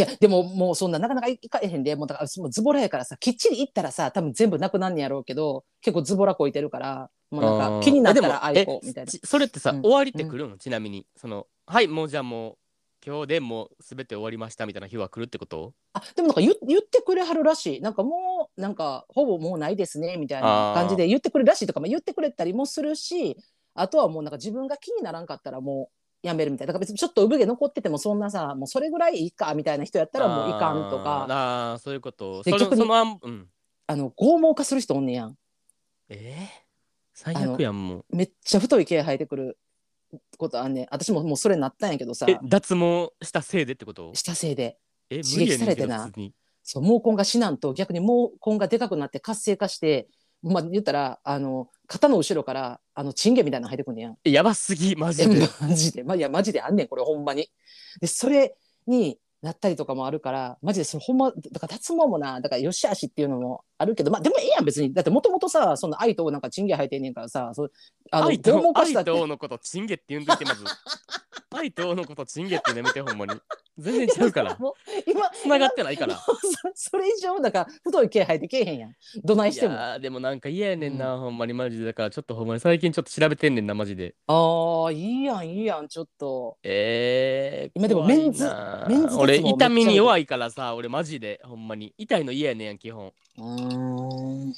[SPEAKER 1] やでももうそんななかなか行かへんでもうだからもうズボラやからさきっちり行ったらさ多分全部なくなんねやろうけど結構ズボラこいてるからもうなん
[SPEAKER 2] あー
[SPEAKER 1] か気になったら
[SPEAKER 2] え
[SPEAKER 1] あ
[SPEAKER 2] で
[SPEAKER 1] いこ
[SPEAKER 2] も
[SPEAKER 1] みたいな
[SPEAKER 2] え。ちそれってさ、
[SPEAKER 1] うん
[SPEAKER 2] 終わりってくるのちなみにそのはいもうじゃあもう今日でもう全て終わりましたみたいな日は来るってこと
[SPEAKER 1] あでもなんか言言ってくれはるらしいなんかもうなんかほぼもうないですねみたいな感じで言ってくれるらしいとか、まあ、言ってくれたりもするしあとはもうなんか自分が気にならんかったらもうやめるみたいなだから別にちょっと産毛残っててもそんなさもうそれぐらいいいかみたいな人やったらもういかんと
[SPEAKER 2] あ
[SPEAKER 1] かあ
[SPEAKER 2] ーあーそういうことそ
[SPEAKER 1] で
[SPEAKER 2] の
[SPEAKER 1] 逆に
[SPEAKER 2] そのあんうん
[SPEAKER 1] の剛毛化する人おんねやん
[SPEAKER 2] えー、最悪やんもう
[SPEAKER 1] めっちゃ太い毛生えてくることあんねん私ももうそれなったんやけどさ
[SPEAKER 2] え脱毛したせいでってこと
[SPEAKER 1] したせいで
[SPEAKER 2] え
[SPEAKER 1] 刺激されてな
[SPEAKER 2] 無理やねんけど普通に
[SPEAKER 1] そう毛根が死なんと逆に毛根がでかくなって活性化して、まあ、言ったらあの肩の後ろからあのチンゲみたいなの入ってくんねやん。
[SPEAKER 2] えやばすぎマジ
[SPEAKER 1] え
[SPEAKER 2] で
[SPEAKER 1] マジで、まあ、いやマジであんねんこれほんまに。でそれになったりとかもあるからマジでそれほんまだから脱毛もなだからよしあしっていうのもあるけどまあでもええやん別にだってもともとさその愛となんかチンゲ生えてんねんからさそうあの
[SPEAKER 2] 愛と
[SPEAKER 1] 剛毛化した
[SPEAKER 2] 愛
[SPEAKER 1] って
[SPEAKER 2] と王のことチンゲって言うんでいて まず愛と王のことチンゲって言うのやめてほんまに全然違うから
[SPEAKER 1] もう 今
[SPEAKER 2] 繋がってないから
[SPEAKER 1] 今そそれ以上だから太い毛生えてけえへんやんどないしても。
[SPEAKER 2] いやーでもなんか嫌やねんな、ほんまにマジでだからちょっとほんまに最近ちょっと調べてんねんなマジで
[SPEAKER 1] ああいいやんいいやんちょっと。
[SPEAKER 2] えー、
[SPEAKER 1] 今でも
[SPEAKER 2] 怖い
[SPEAKER 1] メンズ
[SPEAKER 2] な
[SPEAKER 1] メンズ脱毛
[SPEAKER 2] 俺
[SPEAKER 1] めっちゃ
[SPEAKER 2] 痛みに弱いからさ俺マジでほんまに痛いの嫌やねんやん基本
[SPEAKER 1] うーん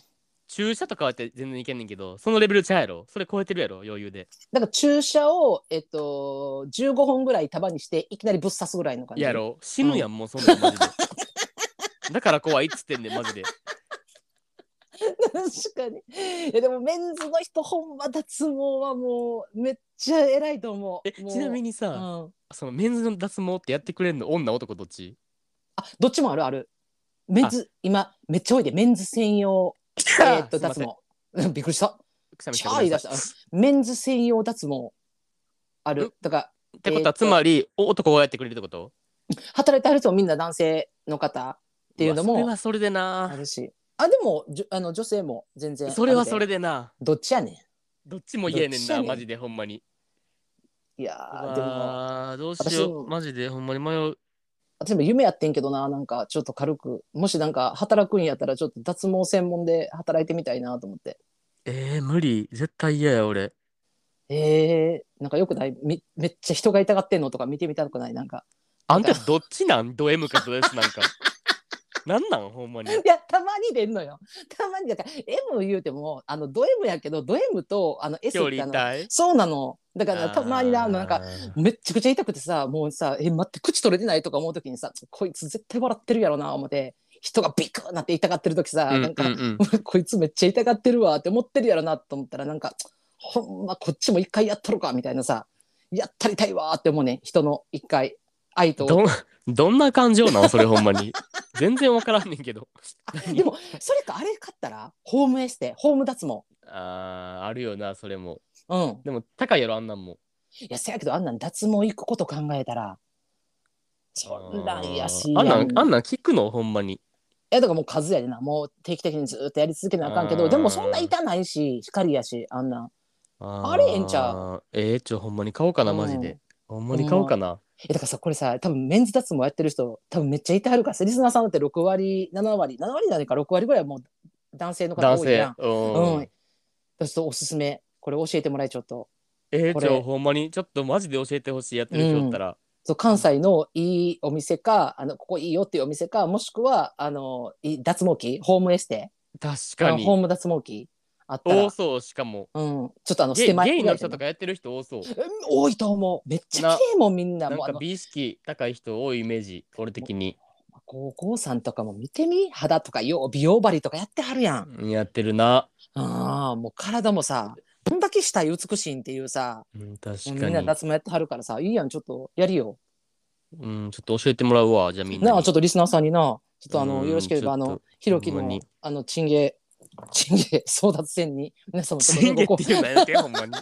[SPEAKER 2] 注射とかはって全然いけんねんけど、そのレベルちゃうやろ。それ超えてるやろ、余裕で。
[SPEAKER 1] なんか注射を、えっと、15本ぐらい束にしていきなりぶっ刺すぐらいの感じ
[SPEAKER 2] やろ。死ぬやん、もうそん なんマジで。だから怖いっつってんねん、マジで。
[SPEAKER 1] 確かにいやでもメンズの人ほんま脱毛はもうめっちゃ偉いと思う
[SPEAKER 2] え、ちなみ
[SPEAKER 1] に、
[SPEAKER 2] に
[SPEAKER 1] う
[SPEAKER 2] さ、
[SPEAKER 1] ん、
[SPEAKER 2] そのメンズの脱毛ってやってくれんの女男どっち
[SPEAKER 1] あどっちもあるあるメンズ今めっちゃ多いでメンズ専 用えーっと
[SPEAKER 2] すいま
[SPEAKER 1] 脱
[SPEAKER 2] せ
[SPEAKER 1] 毛
[SPEAKER 2] ん
[SPEAKER 1] びっくりした
[SPEAKER 2] くしゃみし
[SPEAKER 1] チャーリー出した
[SPEAKER 2] っ
[SPEAKER 1] メンズ専用脱毛あ
[SPEAKER 2] ん
[SPEAKER 1] るだから
[SPEAKER 2] てこ
[SPEAKER 1] え
[SPEAKER 2] と
[SPEAKER 1] ー
[SPEAKER 2] は、
[SPEAKER 1] っ
[SPEAKER 2] つ
[SPEAKER 1] と
[SPEAKER 2] まり、お男がやってくれるってこと
[SPEAKER 1] 働いてある人もみんな男性の方っていうのも
[SPEAKER 2] わそれはそれで
[SPEAKER 1] あ
[SPEAKER 2] な。
[SPEAKER 1] るしあでもじゅあの女性も全然
[SPEAKER 2] それはそれ
[SPEAKER 1] で
[SPEAKER 2] でな。
[SPEAKER 1] どっちやね
[SPEAKER 2] どっちも言え
[SPEAKER 1] ど
[SPEAKER 2] ね
[SPEAKER 1] っ
[SPEAKER 2] ん
[SPEAKER 1] ちや
[SPEAKER 2] な、
[SPEAKER 1] ねん
[SPEAKER 2] マジでほんまに。
[SPEAKER 1] んいや
[SPEAKER 2] う
[SPEAKER 1] ーでも
[SPEAKER 2] わーどうしよ
[SPEAKER 1] 私も
[SPEAKER 2] う。マジでほんまに迷う。
[SPEAKER 1] 私も夢やってんけどななんかちょっと軽くもしなんか働くんやったらちょっと脱毛専門で働いてみたいなと思って
[SPEAKER 2] えー、無理。絶対嫌や、俺。
[SPEAKER 1] えー、なんかよくないめめっちゃ人が痛がってんのとか見てみたくないなんか
[SPEAKER 2] あんたどっちなんド M かド S なん か。なんなんほんまに。
[SPEAKER 1] いやたまに出んのよたまにだから M 言うてもあのド M やけどド M とあの S
[SPEAKER 2] 距
[SPEAKER 1] って
[SPEAKER 2] 離
[SPEAKER 1] あの
[SPEAKER 2] 痛い
[SPEAKER 1] そうなのだからたまにな
[SPEAKER 2] あー
[SPEAKER 1] なんかめっちゃくちゃ痛くてさもうさ「え待って口取れてない?」とか思う時にさ「こいつ絶対笑ってるやろな」思って人がビクーなって痛がってる時さ、
[SPEAKER 2] うん
[SPEAKER 1] なんか、
[SPEAKER 2] うんうん
[SPEAKER 1] こいつめっちゃ痛がってるわって思ってるやろなと思ったらなんかほんまこっちも一回やっとるかみたいなさやったりたいわーって思うね人の一回愛と
[SPEAKER 2] どんどんな感情なんそれほんまに。全然わからんねんけど。
[SPEAKER 1] でもそれかあれ買ったらホームエステホーム脱毛
[SPEAKER 2] あーあるよな、それも。
[SPEAKER 1] うん
[SPEAKER 2] でも高いやろ、あんなんも。
[SPEAKER 1] いやせやけどあんなん脱毛行くこと考えたらそんなんやし
[SPEAKER 2] あんな
[SPEAKER 1] やん
[SPEAKER 2] ん、あんなん聞くのほんまに。
[SPEAKER 1] いやだからもう数やでなもう定期的にずーっとやり続けなあかんけど
[SPEAKER 2] あー
[SPEAKER 1] でもそんな痛ないし光やしあんなん
[SPEAKER 2] あー
[SPEAKER 1] あれええんちゃ
[SPEAKER 2] ええちょ、ほんまに買おうかな、マジ
[SPEAKER 1] う
[SPEAKER 2] で
[SPEAKER 1] ん。
[SPEAKER 2] ほんまに買おうかな。
[SPEAKER 1] えだからさこれさ多分メンズ脱毛やってる人多分めっちゃ痛いはるからさリスナーさんだって6割7割7割なのか6割ぐらいはもう男性の方
[SPEAKER 2] 男
[SPEAKER 1] 多いや
[SPEAKER 2] 性
[SPEAKER 1] ん。
[SPEAKER 2] うん
[SPEAKER 1] うんだからちょっとおすすめこれ教えてもらいちょっと
[SPEAKER 2] ええ
[SPEAKER 1] こ
[SPEAKER 2] ち
[SPEAKER 1] れ
[SPEAKER 2] ょ、ほんまに、ちょっとマジで教えてほしい、やってる人おったら。
[SPEAKER 1] そう関西のいいお店かあのここいいよっていうお店かもしくはあのいい脱毛器ホームエステ
[SPEAKER 2] 確
[SPEAKER 1] あ
[SPEAKER 2] か
[SPEAKER 1] の
[SPEAKER 2] に。
[SPEAKER 1] ホーム脱毛器あったら、う
[SPEAKER 2] 多
[SPEAKER 1] ん、ち
[SPEAKER 2] そう、しかも。
[SPEAKER 1] ょっとあの
[SPEAKER 2] ゲ
[SPEAKER 1] ステ
[SPEAKER 2] イ
[SPEAKER 1] マイ
[SPEAKER 2] ゲイ
[SPEAKER 1] ぐら
[SPEAKER 2] の
[SPEAKER 1] いで
[SPEAKER 2] 人とかやってる人多そう。
[SPEAKER 1] うん多いと思うめっちゃ綺麗もんみんな
[SPEAKER 2] なん
[SPEAKER 1] もうあ
[SPEAKER 2] か
[SPEAKER 1] の
[SPEAKER 2] 美意識高い人多いイメージ、俺的に。
[SPEAKER 1] 高校さんとかも見てみ肌とかよう美容針とかやってはるやん
[SPEAKER 2] やってるな。
[SPEAKER 1] ああ、もう体もさ、こんだけしたい美しいんっていうさ、
[SPEAKER 2] うん、確
[SPEAKER 1] もう
[SPEAKER 2] か
[SPEAKER 1] みんな
[SPEAKER 2] に。
[SPEAKER 1] 脱毛やってはるからさ、いいやん、ちょっとやりよ。
[SPEAKER 2] うん、ちょっと教えてもらうわ、じゃあみんなに。
[SPEAKER 1] な あ、ちょっとリスナーさんにな、ちょっとあの、
[SPEAKER 2] うん
[SPEAKER 1] よろしければ、あ
[SPEAKER 2] ちょっ
[SPEAKER 1] の
[SPEAKER 2] と、
[SPEAKER 1] ひろき
[SPEAKER 2] ほんま
[SPEAKER 1] の
[SPEAKER 2] に、
[SPEAKER 1] あの、チンゲ、チンゲ 争奪戦に、皆様と
[SPEAKER 2] チンゲって
[SPEAKER 1] こ
[SPEAKER 2] いうのやめて、ほん まに。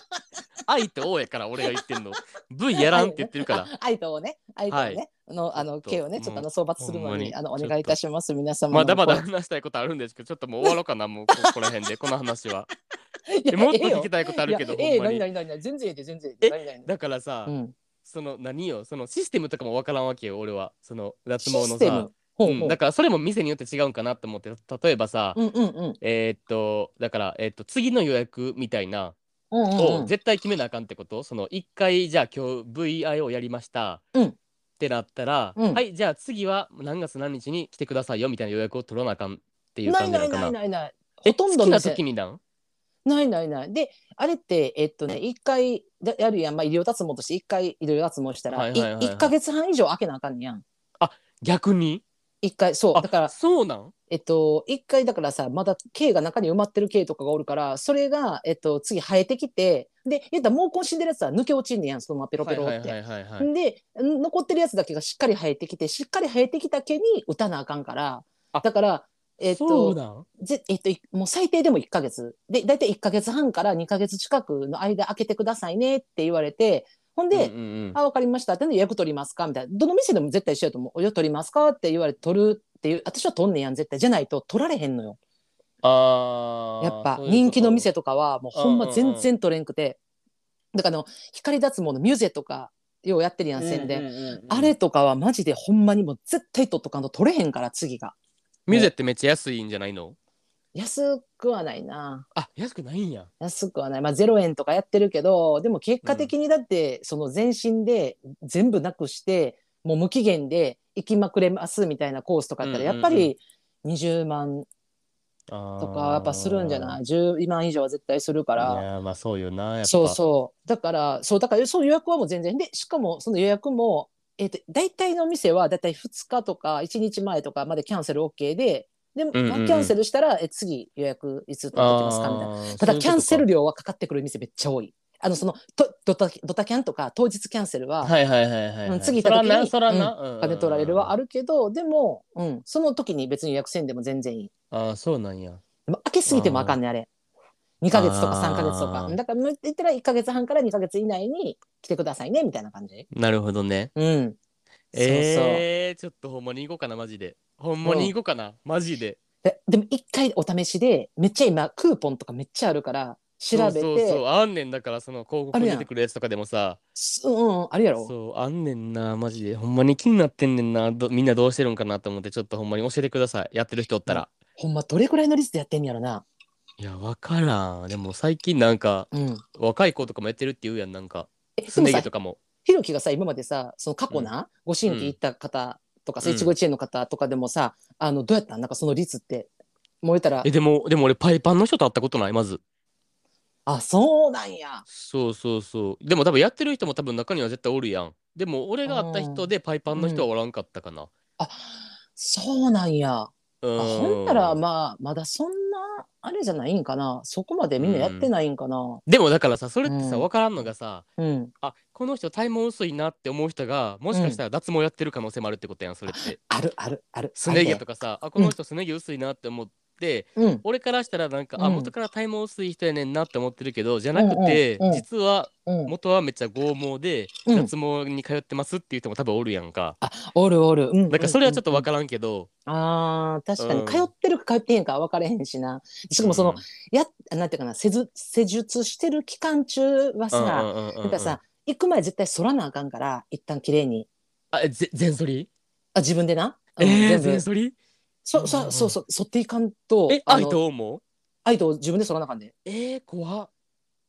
[SPEAKER 2] 愛と王やから、俺が言ってんの。V やらんって言ってるから。。
[SPEAKER 1] あ愛とをね、愛とをね、の、あ
[SPEAKER 2] ちょ
[SPEAKER 1] の、
[SPEAKER 2] っと
[SPEAKER 1] K をね、ちょっとあの、討伐する
[SPEAKER 2] ほん
[SPEAKER 1] の
[SPEAKER 2] ま
[SPEAKER 1] に、
[SPEAKER 2] に
[SPEAKER 1] あの、お
[SPEAKER 2] ちょっ
[SPEAKER 1] 願いい
[SPEAKER 2] と
[SPEAKER 1] たします、皆様の。
[SPEAKER 2] まだまだ話したいことあるんですけど、ちょっともう終わろうかな、もうここら辺で、この話は。
[SPEAKER 1] い
[SPEAKER 2] え
[SPEAKER 1] や。
[SPEAKER 2] もっと
[SPEAKER 1] ええよ
[SPEAKER 2] 聞きたいことあるけど、
[SPEAKER 1] いやええ、
[SPEAKER 2] ほんま
[SPEAKER 1] 何
[SPEAKER 2] に。
[SPEAKER 1] 何何何全然ええで、全然ええで。
[SPEAKER 2] え
[SPEAKER 1] 何何
[SPEAKER 2] だからさ、
[SPEAKER 1] 何うん。
[SPEAKER 2] その何よ、そのシステムとかもわからんわけよ、俺は。その脱毛
[SPEAKER 1] シ
[SPEAKER 2] の
[SPEAKER 1] ステ
[SPEAKER 2] さ
[SPEAKER 1] ム。ほ
[SPEAKER 2] う
[SPEAKER 1] うほ
[SPEAKER 2] ん
[SPEAKER 1] う
[SPEAKER 2] だからそれも店によって違うんかなと思って例えばさ、
[SPEAKER 1] うんうんうん。
[SPEAKER 2] えーっとだから、えーっと次の予約みたいな
[SPEAKER 1] うんうんう
[SPEAKER 2] を
[SPEAKER 1] ん。
[SPEAKER 2] 絶対決めなあかんってこと、その1回じゃあ今日 VIO やりました、
[SPEAKER 1] うん
[SPEAKER 2] ってなったら、
[SPEAKER 1] うん
[SPEAKER 2] はいじゃあ次は何月何日に来てくださいよみたいな予約を取らなあかんっていう
[SPEAKER 1] な
[SPEAKER 2] 感
[SPEAKER 1] い
[SPEAKER 2] じな
[SPEAKER 1] ない
[SPEAKER 2] のか
[SPEAKER 1] な
[SPEAKER 2] な
[SPEAKER 1] いないない。
[SPEAKER 2] え
[SPEAKER 1] ほとんどの
[SPEAKER 2] 好き
[SPEAKER 1] 店
[SPEAKER 2] な時になん
[SPEAKER 1] ないないない。で、あれって、えっとね、一回だやるやん、まあ、医療脱毛として一回医療脱毛した
[SPEAKER 2] は
[SPEAKER 1] ら、い
[SPEAKER 2] いはいはいはい
[SPEAKER 1] 一ヶ月半以上開けなあかんねやん。
[SPEAKER 2] 逆に
[SPEAKER 1] 一回、そう、
[SPEAKER 2] あ
[SPEAKER 1] だから、
[SPEAKER 2] そうなん
[SPEAKER 1] えっと、一回だからさ、まだ毛が中に埋まってる毛とかがおるから、それが、えっと、次生えてきて、で、言ったら毛根死んでるやつは抜け落ちんねやん、そのままペロペロって。
[SPEAKER 2] はいはいはいはいはい
[SPEAKER 1] でん残ってるやつだけがしっかり生えてきてしっかり生えてきた毛に打たなあかんから
[SPEAKER 2] あ
[SPEAKER 1] だからえっ
[SPEAKER 2] そう
[SPEAKER 1] と
[SPEAKER 2] なん
[SPEAKER 1] ぜえっと、いもう最低でも1ヶ月で大体1ヶ月半から2ヶ月近くの間開けてくださいねって言われてほんで「
[SPEAKER 2] うんうんうん
[SPEAKER 1] あ分かりました」って予約取りますかみたいなどの店でも絶対一緒やと思う「およ取りますか?」って言われて取るっていう私は取んねやん絶対じゃないと取られへんのよ
[SPEAKER 2] あー
[SPEAKER 1] やっぱ
[SPEAKER 2] そういうこと
[SPEAKER 1] 人気の店とかはもうほんま
[SPEAKER 2] うんうんうん
[SPEAKER 1] 全然取れんくてだからあの光脱毛のミュゼとかようやってるやん宣
[SPEAKER 2] うん
[SPEAKER 1] 伝
[SPEAKER 2] うんうんうん
[SPEAKER 1] あれとかはマジでほんまにもう絶対取っとかんと取れへんから次が
[SPEAKER 2] ミュゼってめっちゃ安いんじゃないの
[SPEAKER 1] 安くはないな
[SPEAKER 2] あ安くないんや
[SPEAKER 1] 安くはない、まあ、0円とかやってるけどでも結果的にだってその全身で全部なくして、もう無期限で行きまくれますみたいなコースとかやったらや
[SPEAKER 2] うんうんうん
[SPEAKER 1] っぱり20万
[SPEAKER 2] と
[SPEAKER 1] とかやっぱするんじゃない ?10 万以上は絶対するから。
[SPEAKER 2] いやーまあそうよなやっぱ
[SPEAKER 1] そうそう。だから、そう、だから、そう予約はもう全然。で、しかも、その予約も、えっ、と、大体のお店は、大体2日とか1日前とかまでキャンセル OK で、で、
[SPEAKER 2] んうんうん
[SPEAKER 1] キャンセルしたら、え、次予約いつ取ってきますかみたいな。
[SPEAKER 2] あー
[SPEAKER 1] ただ、キャンセル
[SPEAKER 2] そういう
[SPEAKER 1] 料はかかってくる店めっちゃ多い。あの、その、とドタドタキャンとか、当日キャンセル
[SPEAKER 2] こと
[SPEAKER 1] は、
[SPEAKER 2] かはいはいはいはい、は
[SPEAKER 1] う
[SPEAKER 2] い、
[SPEAKER 1] ん次行
[SPEAKER 2] そ
[SPEAKER 1] っ
[SPEAKER 2] ら
[SPEAKER 1] た時に
[SPEAKER 2] なそらな、うん
[SPEAKER 1] お金取られるはあ
[SPEAKER 2] る
[SPEAKER 1] るけど、でも、うん、その時に別に予約せんでも全然いい。
[SPEAKER 2] ああそうなんや
[SPEAKER 1] でも開けすぎてもあかんねあれ2ヶ月とか3ヶ月と
[SPEAKER 2] あ
[SPEAKER 1] か
[SPEAKER 2] ー
[SPEAKER 1] だから言ったら1ヶ月半から2ヶ月以内に来てくださいねみたいな感じ
[SPEAKER 2] なるほどね
[SPEAKER 1] うんそう
[SPEAKER 2] えー、ちょっとほんまに行こうかなマジでほんまに行こうかな、マジで
[SPEAKER 1] そうででも1回お試しでめっちゃ今クーポンとかめっちゃあるから調べて
[SPEAKER 2] そうそうそうあんねんだからその広告
[SPEAKER 1] ある
[SPEAKER 2] に
[SPEAKER 1] や
[SPEAKER 2] 出
[SPEAKER 1] ん
[SPEAKER 2] てくるやつとかでもさ
[SPEAKER 1] すうんうんあるやろ
[SPEAKER 2] そうあんねんなマジでほんまに気になってんねんなどみんなどうしてるんかなと思ってちょっとほんまに教えてくださいやってる人おったら、
[SPEAKER 1] ほんまどれくらいの率でやってんやろない
[SPEAKER 2] やわからんでも最近なんか
[SPEAKER 1] うん
[SPEAKER 2] 若い子とかもやってるって言うやんなんか
[SPEAKER 1] えですも
[SPEAKER 2] ね
[SPEAKER 1] さ
[SPEAKER 2] 毛とかも
[SPEAKER 1] ひろきがさ今までさその過去な、ご新規行った方とかさ、
[SPEAKER 2] うん
[SPEAKER 1] 一期一会の方とかでもさあのどうやったんなんかその率って燃えたら
[SPEAKER 2] えでもでも俺パイパンの人と会ったことないまず
[SPEAKER 1] あそうなんや
[SPEAKER 2] そうそうそうでも多分やってる人も多分中には絶対おるやんでも俺が会った人でパイパンの人はおらんかったかな
[SPEAKER 1] あそうなんや
[SPEAKER 2] うん
[SPEAKER 1] あほんならまあまだそんなあれじゃないんかなそこまでみんなやってないんかな
[SPEAKER 2] でもだからさそれってさ
[SPEAKER 1] うん
[SPEAKER 2] 分からんのがさ、
[SPEAKER 1] うん
[SPEAKER 2] あこの人体毛薄いなって思う人がもしかしたら脱毛やってる可能性もあるってことやんそれって。
[SPEAKER 1] あるあるある
[SPEAKER 2] すね毛
[SPEAKER 1] ある
[SPEAKER 2] とかさあこの人すね毛薄いなって思って、
[SPEAKER 1] ねうん
[SPEAKER 2] 俺からしたらなんか、
[SPEAKER 1] う
[SPEAKER 2] あ
[SPEAKER 1] ん
[SPEAKER 2] 元から体毛薄い人やねんなって思ってるけどじゃなくて、
[SPEAKER 1] うんうんうん
[SPEAKER 2] 実は
[SPEAKER 1] うん
[SPEAKER 2] 元はめっちゃ剛毛で
[SPEAKER 1] うん
[SPEAKER 2] 脱毛に通ってますっていう人も多分おるやんか。
[SPEAKER 1] あおるおるうん
[SPEAKER 2] だからそれはちょっと分
[SPEAKER 1] か
[SPEAKER 2] からんけど、
[SPEAKER 1] あー確か
[SPEAKER 2] う
[SPEAKER 1] に
[SPEAKER 2] ん
[SPEAKER 1] 通ってるか通ってへんか分かれへんしなしかもそのやなんていうかな施術施術してる期間中は
[SPEAKER 2] うん、
[SPEAKER 1] さ
[SPEAKER 2] うんうんうんう
[SPEAKER 1] なんかさ行く前絶対剃らなあかんから一旦綺麗に
[SPEAKER 2] あえぜ全剃り
[SPEAKER 1] あ自分でなう
[SPEAKER 2] え
[SPEAKER 1] ん
[SPEAKER 2] ー、
[SPEAKER 1] 全
[SPEAKER 2] 全
[SPEAKER 1] 部
[SPEAKER 2] 剃り
[SPEAKER 1] そそそうそう剃っていかんと
[SPEAKER 2] え
[SPEAKER 1] あ
[SPEAKER 2] 愛
[SPEAKER 1] の
[SPEAKER 2] と思う
[SPEAKER 1] 愛と自分で剃らなあかんで
[SPEAKER 2] えー、怖っ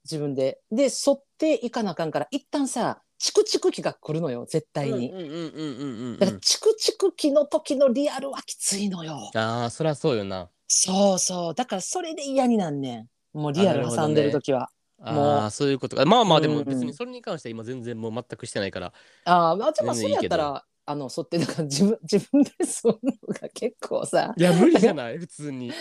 [SPEAKER 1] 自分で。で、剃っていかなあかんから、一旦さ、チクチク期が来るのよ、絶対に。
[SPEAKER 2] うんうんうんうんうんうんう
[SPEAKER 1] だから、
[SPEAKER 2] ん
[SPEAKER 1] チクチク期の時のリアルはきついのよ。
[SPEAKER 2] ああそりゃそうよな
[SPEAKER 1] そうそう。だから、それで嫌になんねん。もうリアル挟んでる時は。
[SPEAKER 2] あ
[SPEAKER 1] も
[SPEAKER 2] あ
[SPEAKER 1] う
[SPEAKER 2] そういうことかまあまあで
[SPEAKER 1] うん
[SPEAKER 2] も
[SPEAKER 1] うん
[SPEAKER 2] 別にそれに関しては今全然もう全くしてないから、
[SPEAKER 1] あーまあ、じゃあまあ、そ
[SPEAKER 2] 全
[SPEAKER 1] れ
[SPEAKER 2] 然いい
[SPEAKER 1] やっ
[SPEAKER 2] け
[SPEAKER 1] た
[SPEAKER 2] ど
[SPEAKER 1] ら、あの、剃って、だから自分、自分で剃るのが結構さ、
[SPEAKER 2] いや無理じゃ ない普通に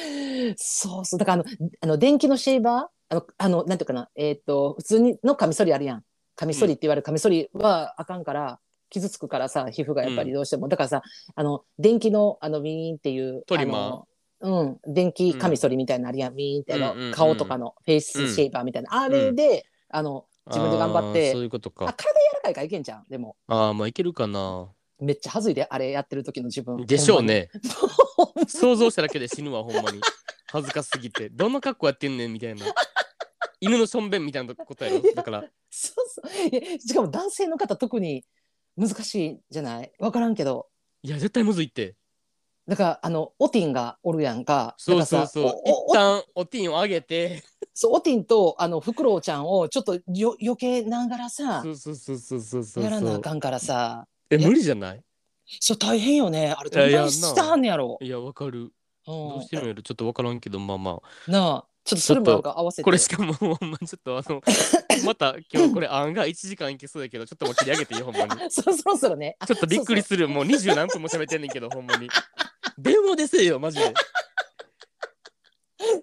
[SPEAKER 1] そうそう。だから、あの、あの電気のシェーバーあの、あの、なんていうかな、えっ、と、普通にのカミソリあるやん。カミソリって言われるカミソリはあかんから、傷つくからさ、皮膚がやっぱりどうしても。だからさ、あの、電気の、あの、ウィーンっていう。
[SPEAKER 2] トリマ
[SPEAKER 1] ーうん。電気カミソリみたいなのあるやん。ウィーンってあの、
[SPEAKER 2] うんうんうん
[SPEAKER 1] 顔とかのフェイスシェーバーみたいな。あれで、あの、 自分で頑張って
[SPEAKER 2] あーそういうこと
[SPEAKER 1] あ、
[SPEAKER 2] か
[SPEAKER 1] 体柔らかいからいけんじゃん。でも、
[SPEAKER 2] ああまあいける かな
[SPEAKER 1] めっちゃはずいで、あれやってる時の自分。
[SPEAKER 2] でしょう
[SPEAKER 1] ほんまに。
[SPEAKER 2] ね想像しただけで死ぬわほんまに 恥ずかしすぎてどんな格好やってんねんみたいな犬のしょんべんみたいなことやろだから
[SPEAKER 1] そうそう。いやしかも男性の方特に難しいじゃないわからんけど。
[SPEAKER 2] いや絶対むずいって
[SPEAKER 1] だからあのオティンがおるやんか。
[SPEAKER 2] そうそうそう
[SPEAKER 1] だからさお
[SPEAKER 2] 一
[SPEAKER 1] おお
[SPEAKER 2] 旦おティンを上げて
[SPEAKER 1] そうオティンとあのフクロウちゃんをちょっとよ余計ながらさ
[SPEAKER 2] そうそうそうそうそうそう
[SPEAKER 1] やらなあかんからさ、
[SPEAKER 2] え無理じゃない
[SPEAKER 1] そう大変よね。あれ
[SPEAKER 2] い
[SPEAKER 1] ど
[SPEAKER 2] や
[SPEAKER 1] ん
[SPEAKER 2] いや
[SPEAKER 1] なしてはんねやろ。
[SPEAKER 2] いやわかる
[SPEAKER 1] う
[SPEAKER 2] どうんしてるんやろちょっとわからんけどまあまあ
[SPEAKER 1] なあちょっとそれもなんか合わせて。
[SPEAKER 2] これしかもほんまちょっとあ のまた今日これ案外1時間いけそうやけどちょっともう切り上げていいほんま にち
[SPEAKER 1] そうそろそろね。あ
[SPEAKER 2] ょっとびっくりするもう二十何分も喋ってんねんけどほんまに電話でせえ よマジで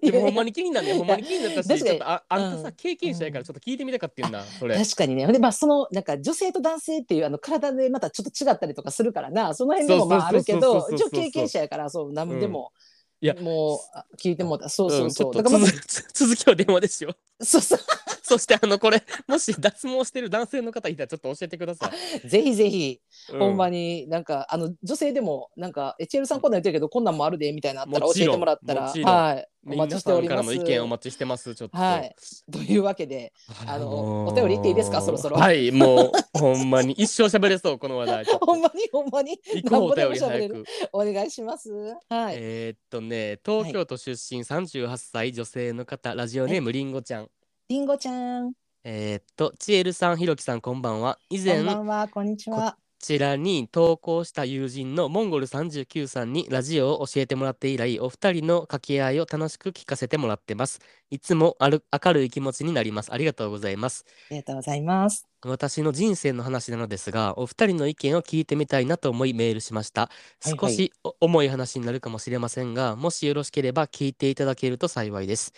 [SPEAKER 2] でもほんまに気になるねんほんまに気になったし
[SPEAKER 1] 確か
[SPEAKER 2] ち
[SPEAKER 1] に
[SPEAKER 2] ょっとああんたさ、
[SPEAKER 1] うん
[SPEAKER 2] 経験者やからちょっと聞いてみたかっていうなそれ
[SPEAKER 1] 確かにね。で、まあ、その、なんか、女性と男性っていう、あの、体でまたちょっと違ったりとかするからな、その辺でもまああ
[SPEAKER 2] そう
[SPEAKER 1] る
[SPEAKER 2] そ
[SPEAKER 1] け
[SPEAKER 2] うそう
[SPEAKER 1] ど
[SPEAKER 2] そ、うそう
[SPEAKER 1] 一
[SPEAKER 2] そう
[SPEAKER 1] 応経験者やから、そう、なんでも、
[SPEAKER 2] うんいや
[SPEAKER 1] もう、あ聞いてもうた。そうそうそう。
[SPEAKER 2] んち
[SPEAKER 1] だ
[SPEAKER 2] ょっ
[SPEAKER 1] か
[SPEAKER 2] と
[SPEAKER 1] ら、ま
[SPEAKER 2] 続 続きは電話ですよ
[SPEAKER 1] あ、そうそ
[SPEAKER 2] そしてあのこれもし脱毛してる男性の方いたらちょっと教えてください、
[SPEAKER 1] う。ぜひぜひ、
[SPEAKER 2] う
[SPEAKER 1] ほんま
[SPEAKER 2] に
[SPEAKER 1] に、なんか、あの、女性でも、なんか、エチエルさんこんなん言ってるけど、こんなんもあるで、みたいなのあったら
[SPEAKER 2] も
[SPEAKER 1] 教
[SPEAKER 2] ちろ
[SPEAKER 1] えて
[SPEAKER 2] ん
[SPEAKER 1] もらった
[SPEAKER 2] も
[SPEAKER 1] ら、
[SPEAKER 2] ちろん
[SPEAKER 1] はい。お
[SPEAKER 2] 皆
[SPEAKER 1] 待ちして
[SPEAKER 2] さ
[SPEAKER 1] お
[SPEAKER 2] ん
[SPEAKER 1] り
[SPEAKER 2] か
[SPEAKER 1] ま
[SPEAKER 2] ら
[SPEAKER 1] す。
[SPEAKER 2] の意見お待ちしてますちょっと
[SPEAKER 1] はい。というわけで、あのお便り言っていいですかそろそろ
[SPEAKER 2] はいもうほんま に一生喋れそうこの話題ちょっと
[SPEAKER 1] ほんまにほんまに、
[SPEAKER 2] 行こう
[SPEAKER 1] な
[SPEAKER 2] お
[SPEAKER 1] ん
[SPEAKER 2] 便
[SPEAKER 1] ぼで
[SPEAKER 2] り
[SPEAKER 1] も喋れ
[SPEAKER 2] 早
[SPEAKER 1] る
[SPEAKER 2] く。
[SPEAKER 1] お願いします。はい。
[SPEAKER 2] えーっとね東京都出身38歳女性の方ラジオネームりんごちゃん。
[SPEAKER 3] りんごちゃん、
[SPEAKER 2] えーっとちえるさんひろきさんこんばんは以
[SPEAKER 3] こ
[SPEAKER 2] 前
[SPEAKER 3] んばんは、こんにちは。
[SPEAKER 2] ちらに投稿した友人のモンゴル39さんにラジオを教えてもらって以来、お二人の掛け合いを楽しく聞かせてもらってます。いつもある明るい気持ちになります。ありがとうございます。
[SPEAKER 3] りがとうございます。
[SPEAKER 2] 私の人生の話なのですが、お二人の意見を聞いてみたいなと思いメールしました。
[SPEAKER 3] いはい
[SPEAKER 2] 少しお重い話になるかもしれませんが、もしよろしければ聞いていただけると幸いです。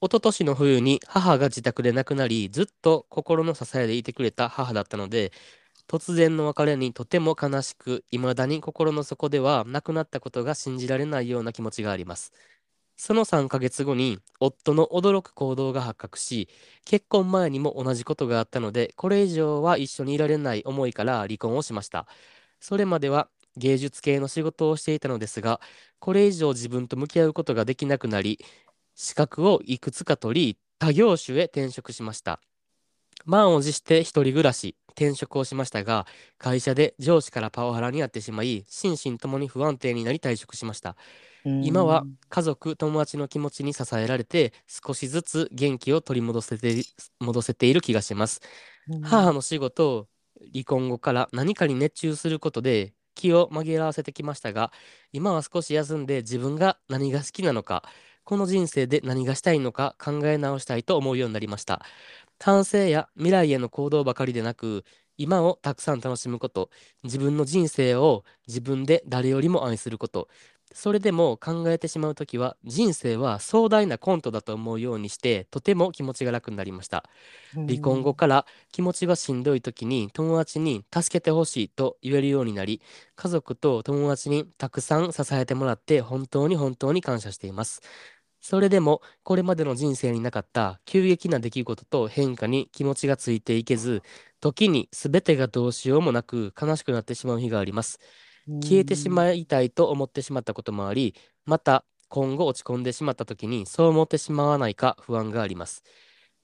[SPEAKER 2] 一昨年の冬に母が自宅で亡くなり、ずっと心の支えでいてくれた母だったので、突然の別れにとても悲しく、未だに心の底では亡くなったことが信じられないような気持ちがあります。その3ヶ月後に夫の驚く行動が発覚し、結婚前にも同じことがあったので、これ以上は一緒にいられない思いから離婚をしました。それまでは芸術系の仕事をしていたのですが、これ以上自分と向き合うことができなくなり、資格をいくつか取り、他業種へ転職しました。満を持して一人暮らし、転職をしましたが、会社で上司からパワハラになってしまい、心身ともに不安定になり退職しました。今は家族友達の気持ちに支えられて少しずつ元気を取り戻せて戻せている気がします、
[SPEAKER 3] うん、
[SPEAKER 2] 母の仕事を離婚後から何かに熱中することで気を紛らわせてきましたが今は少し休んで自分が何が好きなのかこの人生で何がしたいのか考え直したいと思うようになりました反省や未来への行動ばかりでなく今をたくさん楽しむこと自分の人生を自分で誰よりも愛することそれでも考えてしまうときは人生は壮大なコントだと思うようにしてとても気持ちが楽になりました離婚後から気持ちがしんどい時に友達に助けてほしいと言えるようになり家族と友達にたくさん支えてもらって本当に本当に感謝していますそれでもこれまでの人生になかった急激な出来事と変化に気持ちがついていけず時に全てがどうしようもなく悲しくなってしまう日があります消えてしまいたいと思ってしまったこともありまた今後落ち込んでしまった時にそう思ってしまわないか不安があります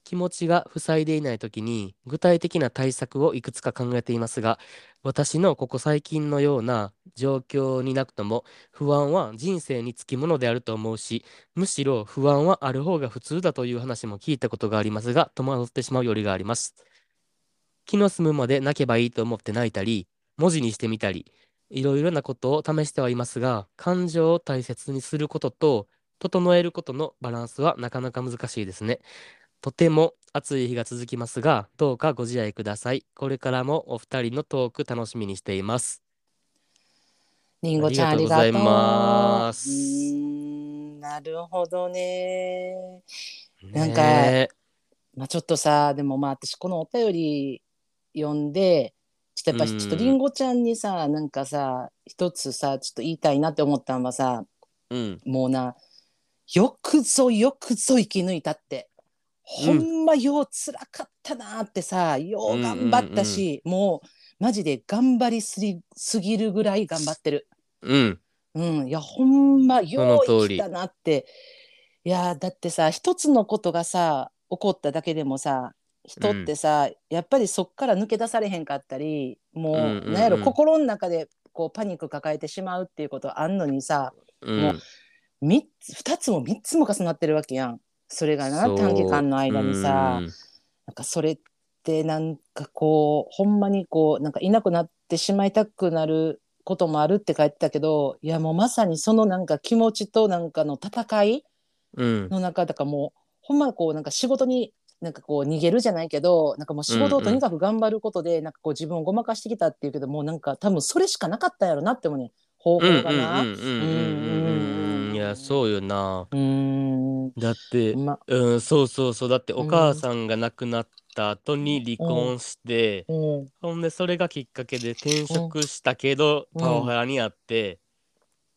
[SPEAKER 2] 気持ちが塞いでいない時に具体的な対策をいくつか考えていますが私のここ最近のような状況になくとも不安は人生につきものであると思うしむしろ不安はある方が普通だという話も聞いたことがありますが戸惑ってしまうよりがあります気の済むまで泣けばいいと思って泣いたり文字にしてみたりいろいろなことを試してはいますが、感情を大切にすることと、整えることのバランスはなかなか難しいですね。とても暑い日が続きますが、どうかご自愛ください。これからもお二人のトーク楽しみにしています。
[SPEAKER 1] りんごちゃんありがとう。
[SPEAKER 2] ありがとうございま
[SPEAKER 3] う
[SPEAKER 2] す
[SPEAKER 3] ーんなるほどね。
[SPEAKER 1] なんか
[SPEAKER 2] ねえ
[SPEAKER 1] まあちょっとさでもまあ私このお便り読んでちょっとやっぱ
[SPEAKER 2] うん
[SPEAKER 1] りちょっとりんごちゃんにさなんかさ一つさちょっと言いたいなって思ったのはさ
[SPEAKER 2] うん、
[SPEAKER 1] もうなよくぞよくぞ生き抜いたってほんまようつらかったなってさ、よう頑張ったし、もうマジで頑張りすぎすぎるぐらい頑張ってる。
[SPEAKER 2] うん、
[SPEAKER 1] うん、いやほんまよう
[SPEAKER 2] その
[SPEAKER 1] 生
[SPEAKER 2] 通り
[SPEAKER 1] きたなっていやだってさ一つのことがさ起こっただけでもさ人ってさ、やっぱりそっから抜け出されへんかったりもう,、
[SPEAKER 2] う
[SPEAKER 1] なん
[SPEAKER 2] うんうん
[SPEAKER 1] やろ心の中でこうパニック抱えてしまうっていうことあんのにさ
[SPEAKER 2] うん
[SPEAKER 1] もう2つ2つも3つも重なってるわけやんそれがな
[SPEAKER 2] そう
[SPEAKER 1] 短期間の間にさ、
[SPEAKER 2] うん
[SPEAKER 1] なんかそれってなんかこうほんまにこうなんかいなくなってしまいたくなることもあるって書いてたけどいやもうまさにそのなんか気持ちとなんかの戦い
[SPEAKER 2] うん、
[SPEAKER 1] の中だからもうほんまこうなんか仕事になんかこう逃げるじゃないけどなんかもう仕事をとにかく頑張ることでなんかこう自分をごまかしてきたっていうけどもうなんか多分それしかなかったんやろなって思うねん方
[SPEAKER 2] うん、
[SPEAKER 1] 法
[SPEAKER 2] うん、うん、
[SPEAKER 1] がな。
[SPEAKER 2] うん、うん、うん、いや、そうよな。
[SPEAKER 1] うーん
[SPEAKER 2] だって、
[SPEAKER 1] ま
[SPEAKER 2] うん、そうそうそう、だってお
[SPEAKER 1] う
[SPEAKER 2] 母
[SPEAKER 1] ん
[SPEAKER 2] さんが亡くなった後に離婚して、
[SPEAKER 1] うん
[SPEAKER 2] ほんでそれがきっかけで転職したけど、
[SPEAKER 1] うん
[SPEAKER 2] パワハラにあって、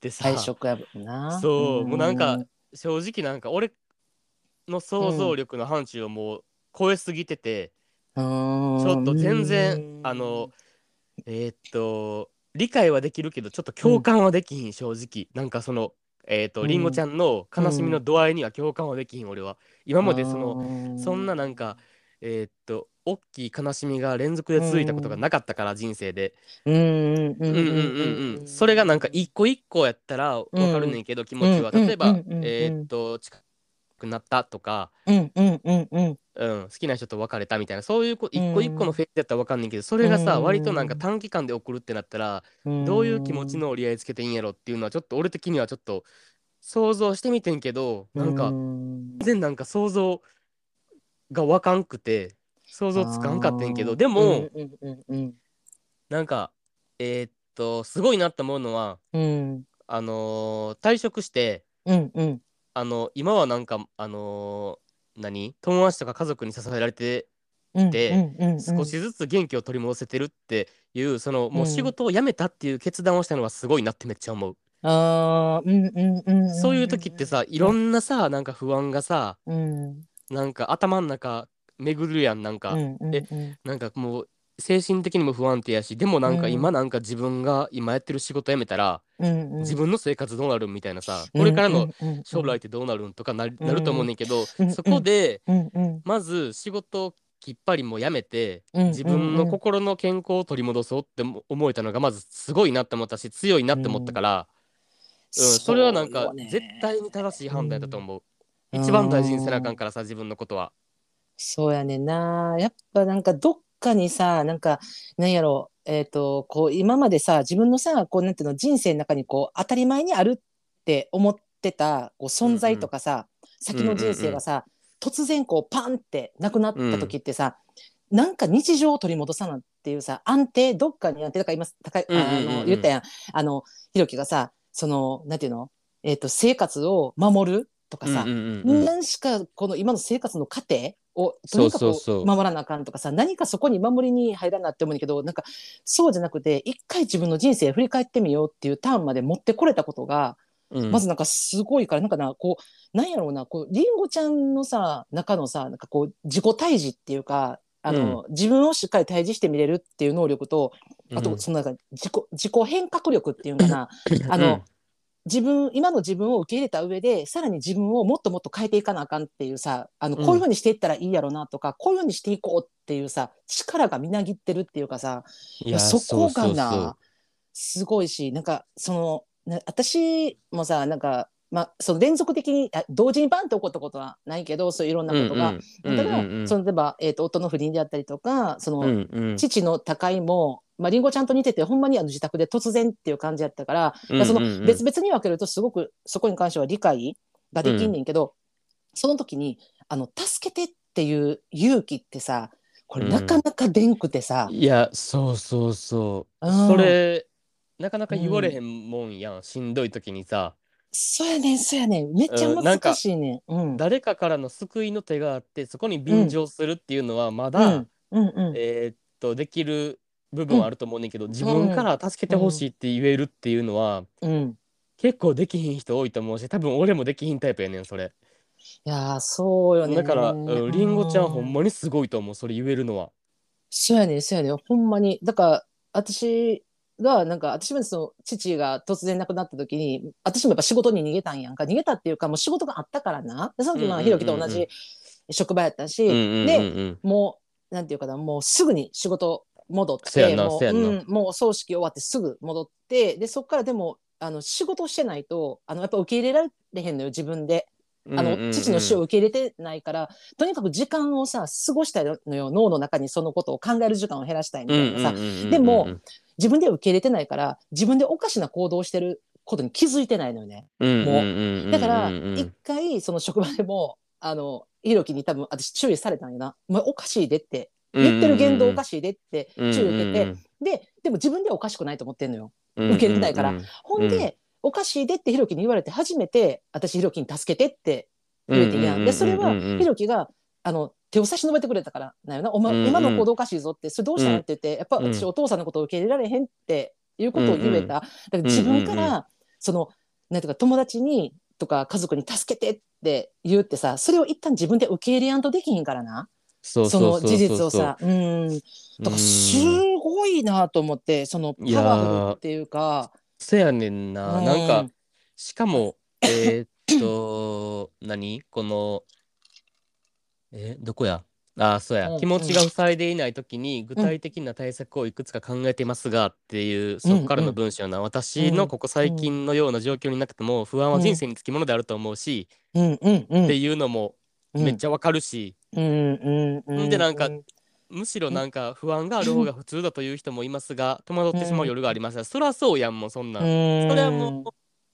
[SPEAKER 2] でさ
[SPEAKER 1] 退職やもんな。
[SPEAKER 2] そうもうなんか
[SPEAKER 1] ん
[SPEAKER 2] 正直なんか俺の想像力の範疇をもう超えすぎてて、
[SPEAKER 1] ち
[SPEAKER 2] ち
[SPEAKER 1] ょ
[SPEAKER 2] ょっと全然あのえーっと理解はできるけどちょっと共感はできひん正直なんかそのえーっと
[SPEAKER 1] うん
[SPEAKER 2] りんごちゃんの悲しみの度合いには共感はできひん俺は今までその
[SPEAKER 1] の
[SPEAKER 2] そんななんかえーっと大きい悲しみが連続で続いたことがなかったから人生で
[SPEAKER 1] うんうんうん
[SPEAKER 2] うんうんうんうん、それがなんか一個一個やったらわかるねんけど、気持ちは
[SPEAKER 1] うん
[SPEAKER 2] 例えば、
[SPEAKER 1] うんうんうん
[SPEAKER 2] えーっと近くなったとか、
[SPEAKER 1] うんうんうんうん
[SPEAKER 2] うん、好きな人と別れたみたいなそういうこ一個一個のフェーズだったら分かんないけどそれがさ
[SPEAKER 1] うん
[SPEAKER 2] 割となんか短期間で起こるってなったらどういう気持ちの折り合いつけていいんやろっていうのはちょっと俺的にはちょっと想像してみてんけどなんか
[SPEAKER 1] うん
[SPEAKER 2] 全然なんか想像がわかんくて想像つかんかってんけ
[SPEAKER 1] あ
[SPEAKER 2] ど
[SPEAKER 1] ー
[SPEAKER 2] でも、
[SPEAKER 1] うんうんうん
[SPEAKER 2] なんかえーっとすごいなって思うのは
[SPEAKER 1] うん
[SPEAKER 2] あのー退職して
[SPEAKER 1] うんうん
[SPEAKER 2] あの今はなんかあのー何友達とか家族に支えられて
[SPEAKER 1] うん
[SPEAKER 2] で
[SPEAKER 1] うんうん
[SPEAKER 2] 少しずつ元気を取り戻せてるっていう、そのもううん仕事を辞めたっていう決断をしたのはすごいなってめっちゃ思う、
[SPEAKER 1] あーうんうんうんんん
[SPEAKER 2] そういう時ってさいろんなさなんか不安がさ
[SPEAKER 1] うん
[SPEAKER 2] なんか頭ん中巡るやんなんか、
[SPEAKER 1] うんうん
[SPEAKER 2] え
[SPEAKER 1] うん
[SPEAKER 2] なんかもう精神的にも不安定やしでもなん
[SPEAKER 1] う
[SPEAKER 2] か
[SPEAKER 1] ん
[SPEAKER 2] 今なんか自分が今やってる仕事辞めたら、
[SPEAKER 1] うんうん
[SPEAKER 2] 自分の生活どうなるんみたいなさ、これからの
[SPEAKER 1] うんうんうん
[SPEAKER 2] 将来ってどうなるんとかな,、なると思うねんけど、
[SPEAKER 1] うん
[SPEAKER 2] そこで
[SPEAKER 1] うんうん
[SPEAKER 2] まず仕事をきっぱりもう辞めて
[SPEAKER 1] うん
[SPEAKER 2] 自分の心の健康を取り戻そうっても思えたのがまずすごいなって思ったし強いなって思ったから、うんそれはなんか絶対に正しい判断だと思う、
[SPEAKER 1] うん
[SPEAKER 2] 一番大事にせなあかんからさ自分のことは。
[SPEAKER 1] そうやねんなやっぱなんかどっかにさなんかなんやろえっ、とこう今までさ自分のさこうなんていうの人生の中にこう当たり前にあるって思ってたこう存在とかさ、先の人生がさ、突然こうパンってなくなった時ってさ、なんか日常を取り戻さなっていうさ安定どっかに安定だから今高いあの、
[SPEAKER 2] うんうんうんうん
[SPEAKER 1] 言ったやんあのひろきがさそのなんていうの、えっと生活を守るとかさ、
[SPEAKER 2] うんうんうんうん
[SPEAKER 1] 何しかこの今の生活の過程をと
[SPEAKER 2] そう
[SPEAKER 1] にか
[SPEAKER 2] そう
[SPEAKER 1] く
[SPEAKER 2] そう
[SPEAKER 1] 守らなあかんとかさ何かそこに守りに入らなって思うんだけどなんかそうじゃなくて一回自分の人生振り返ってみようっていうターンまで持ってこれたことが、
[SPEAKER 2] うん
[SPEAKER 1] まずなんかすごいからなんかなこうなんやろうなこうりんごちゃんのさ中のさなんかこう自己退治っていうかあの、自分をしっかり退治してみれるっていう能力とあ
[SPEAKER 2] う
[SPEAKER 1] と
[SPEAKER 2] ん
[SPEAKER 1] そのなんか自己自己変革力っていうのか なあの、自分今の自分を受け入れた上でさらに自分をもっともっと変えていかなあかんっていうさあの
[SPEAKER 2] うん
[SPEAKER 1] こういうふうにしていったらいいやろなとか、こういうふうにしていこうっていうさ力がみなぎってるっていうかさ
[SPEAKER 2] いや
[SPEAKER 1] そこが
[SPEAKER 2] そうそうそう
[SPEAKER 1] なすごいしなんかそのな私もさなんか、まあ、その連続的にあ同時にバンって起こったことはないけどそういういろんなことが。
[SPEAKER 2] うんうん
[SPEAKER 1] ただ、
[SPEAKER 2] うんうんうん
[SPEAKER 1] その例えば、えー、と夫の不倫であったりとかその、
[SPEAKER 2] うんうん
[SPEAKER 1] 父の高いも、まあ、リンゴちゃんと似ててほんまにあの自宅で突然っていう感じやったから、
[SPEAKER 2] うんうんうん
[SPEAKER 1] その別々に分けるとすごくそこに関しては理解ができんねんけど、その時にあの助けてっていう勇気ってさこれなかなかでんくてさ、
[SPEAKER 2] いやそうそうそう、
[SPEAKER 1] うん
[SPEAKER 2] それなかなか言われへんもんやん、しんどい時にさ
[SPEAKER 1] そうやねんそうやねんめっちゃ
[SPEAKER 2] うんなんか
[SPEAKER 1] 難しいねん。うん
[SPEAKER 2] 誰かからの救いの手があってそこに便乗するっていうのはまだ、
[SPEAKER 1] うんうんうん
[SPEAKER 2] えーっとできる部分はあると思うねんけど、自分から助けてほしいって言えるっていうのは、
[SPEAKER 1] うん、
[SPEAKER 2] 結構できひん人多いと思うし多分俺もできひんタイプやねんそれ
[SPEAKER 1] いやーそうよね
[SPEAKER 2] だから、うん、りんごちゃんほん
[SPEAKER 1] ま
[SPEAKER 2] まにすごいと思うそれ言えるのは
[SPEAKER 1] そうやねんそうやねんほんまにだから私がなんか私もその父が突然亡くなった時に私もやっぱ仕事に逃げたんやんか逃げたっていうかもう仕事があったからなでその時まあ
[SPEAKER 2] うんうん
[SPEAKER 1] ひ
[SPEAKER 2] うんう
[SPEAKER 1] ろき
[SPEAKER 2] ん
[SPEAKER 1] と同じ職場やったし、
[SPEAKER 2] うんうんうん
[SPEAKER 1] でもうなんていうかなもうすぐに仕事戻っ
[SPEAKER 2] せや
[SPEAKER 1] て
[SPEAKER 2] な
[SPEAKER 1] も
[SPEAKER 2] せ
[SPEAKER 1] う,、
[SPEAKER 2] やな
[SPEAKER 1] うん、もう葬式終わってすぐ戻ってでそこからでもあの仕事をしてないとあのやっぱ受け入れられへんのよ自分で
[SPEAKER 2] うん
[SPEAKER 1] あの、
[SPEAKER 2] うんうんうん
[SPEAKER 1] 父の死を受け入れてないからとにかく時間をさ過ごしたいのよ脳の中にそのことを考える時間を減らしたいみたいなさ、
[SPEAKER 2] うんうんうんうん
[SPEAKER 1] でも自分では受け入れてないから自分でおかしな行動をしてることに気づいてないのよね。もうだから、一回、その職場でも、あの、ひろきに多分、私注意されたんよな。お前おかしいでって。言ってる言動おか
[SPEAKER 2] し
[SPEAKER 1] しいでって
[SPEAKER 2] い
[SPEAKER 1] 注意受けて。で、でも自分ではおかしくないと思ってんのよ。
[SPEAKER 2] 受
[SPEAKER 1] け入れてないから
[SPEAKER 2] うん
[SPEAKER 1] ほん
[SPEAKER 2] うん
[SPEAKER 1] で、おかしいでってひろきに言われて初めて、私ひろきに助けてって言えてんやん。で、それはひろきが、あの、手を差し伸べてくれたからなよな。お
[SPEAKER 2] うんうん
[SPEAKER 1] 前、今の行動おかしいぞって、それどうしたのって言って、やっぱ私
[SPEAKER 2] うん
[SPEAKER 1] お父さんのことを受け入れられへんっていうことを言えた。
[SPEAKER 2] うんうん
[SPEAKER 1] だから自分か
[SPEAKER 2] うんうん
[SPEAKER 1] ら、その、なんていうか友達に、とか家族に助けてって言うってさ、それを一旦自分で受け入れやんとできひんからな。
[SPEAKER 2] そ
[SPEAKER 1] その事実をさ。うん。だからすごいなと思って、その
[SPEAKER 2] い
[SPEAKER 1] パ
[SPEAKER 2] やー
[SPEAKER 1] ワフルっていうか。
[SPEAKER 2] せやねんな、
[SPEAKER 1] うん
[SPEAKER 2] なんかし かもえーっと何このえどこやあそうや、
[SPEAKER 1] うん
[SPEAKER 2] 気持ちが塞いでいない時に具体的な対策をいくつか考えていますがっていう、そこからの文章やな、私のここ最近のような状況になくても不安は人生につきものであると思うし、
[SPEAKER 1] うんうんうん。
[SPEAKER 2] っていうのもめっちゃわかるし、
[SPEAKER 1] うんうんうん。
[SPEAKER 2] でなんかむしろなんか不安がある方が普通だという人もいます が戸惑ってしまう夜がありました、そりゃそうやんもうそんなん、それはもう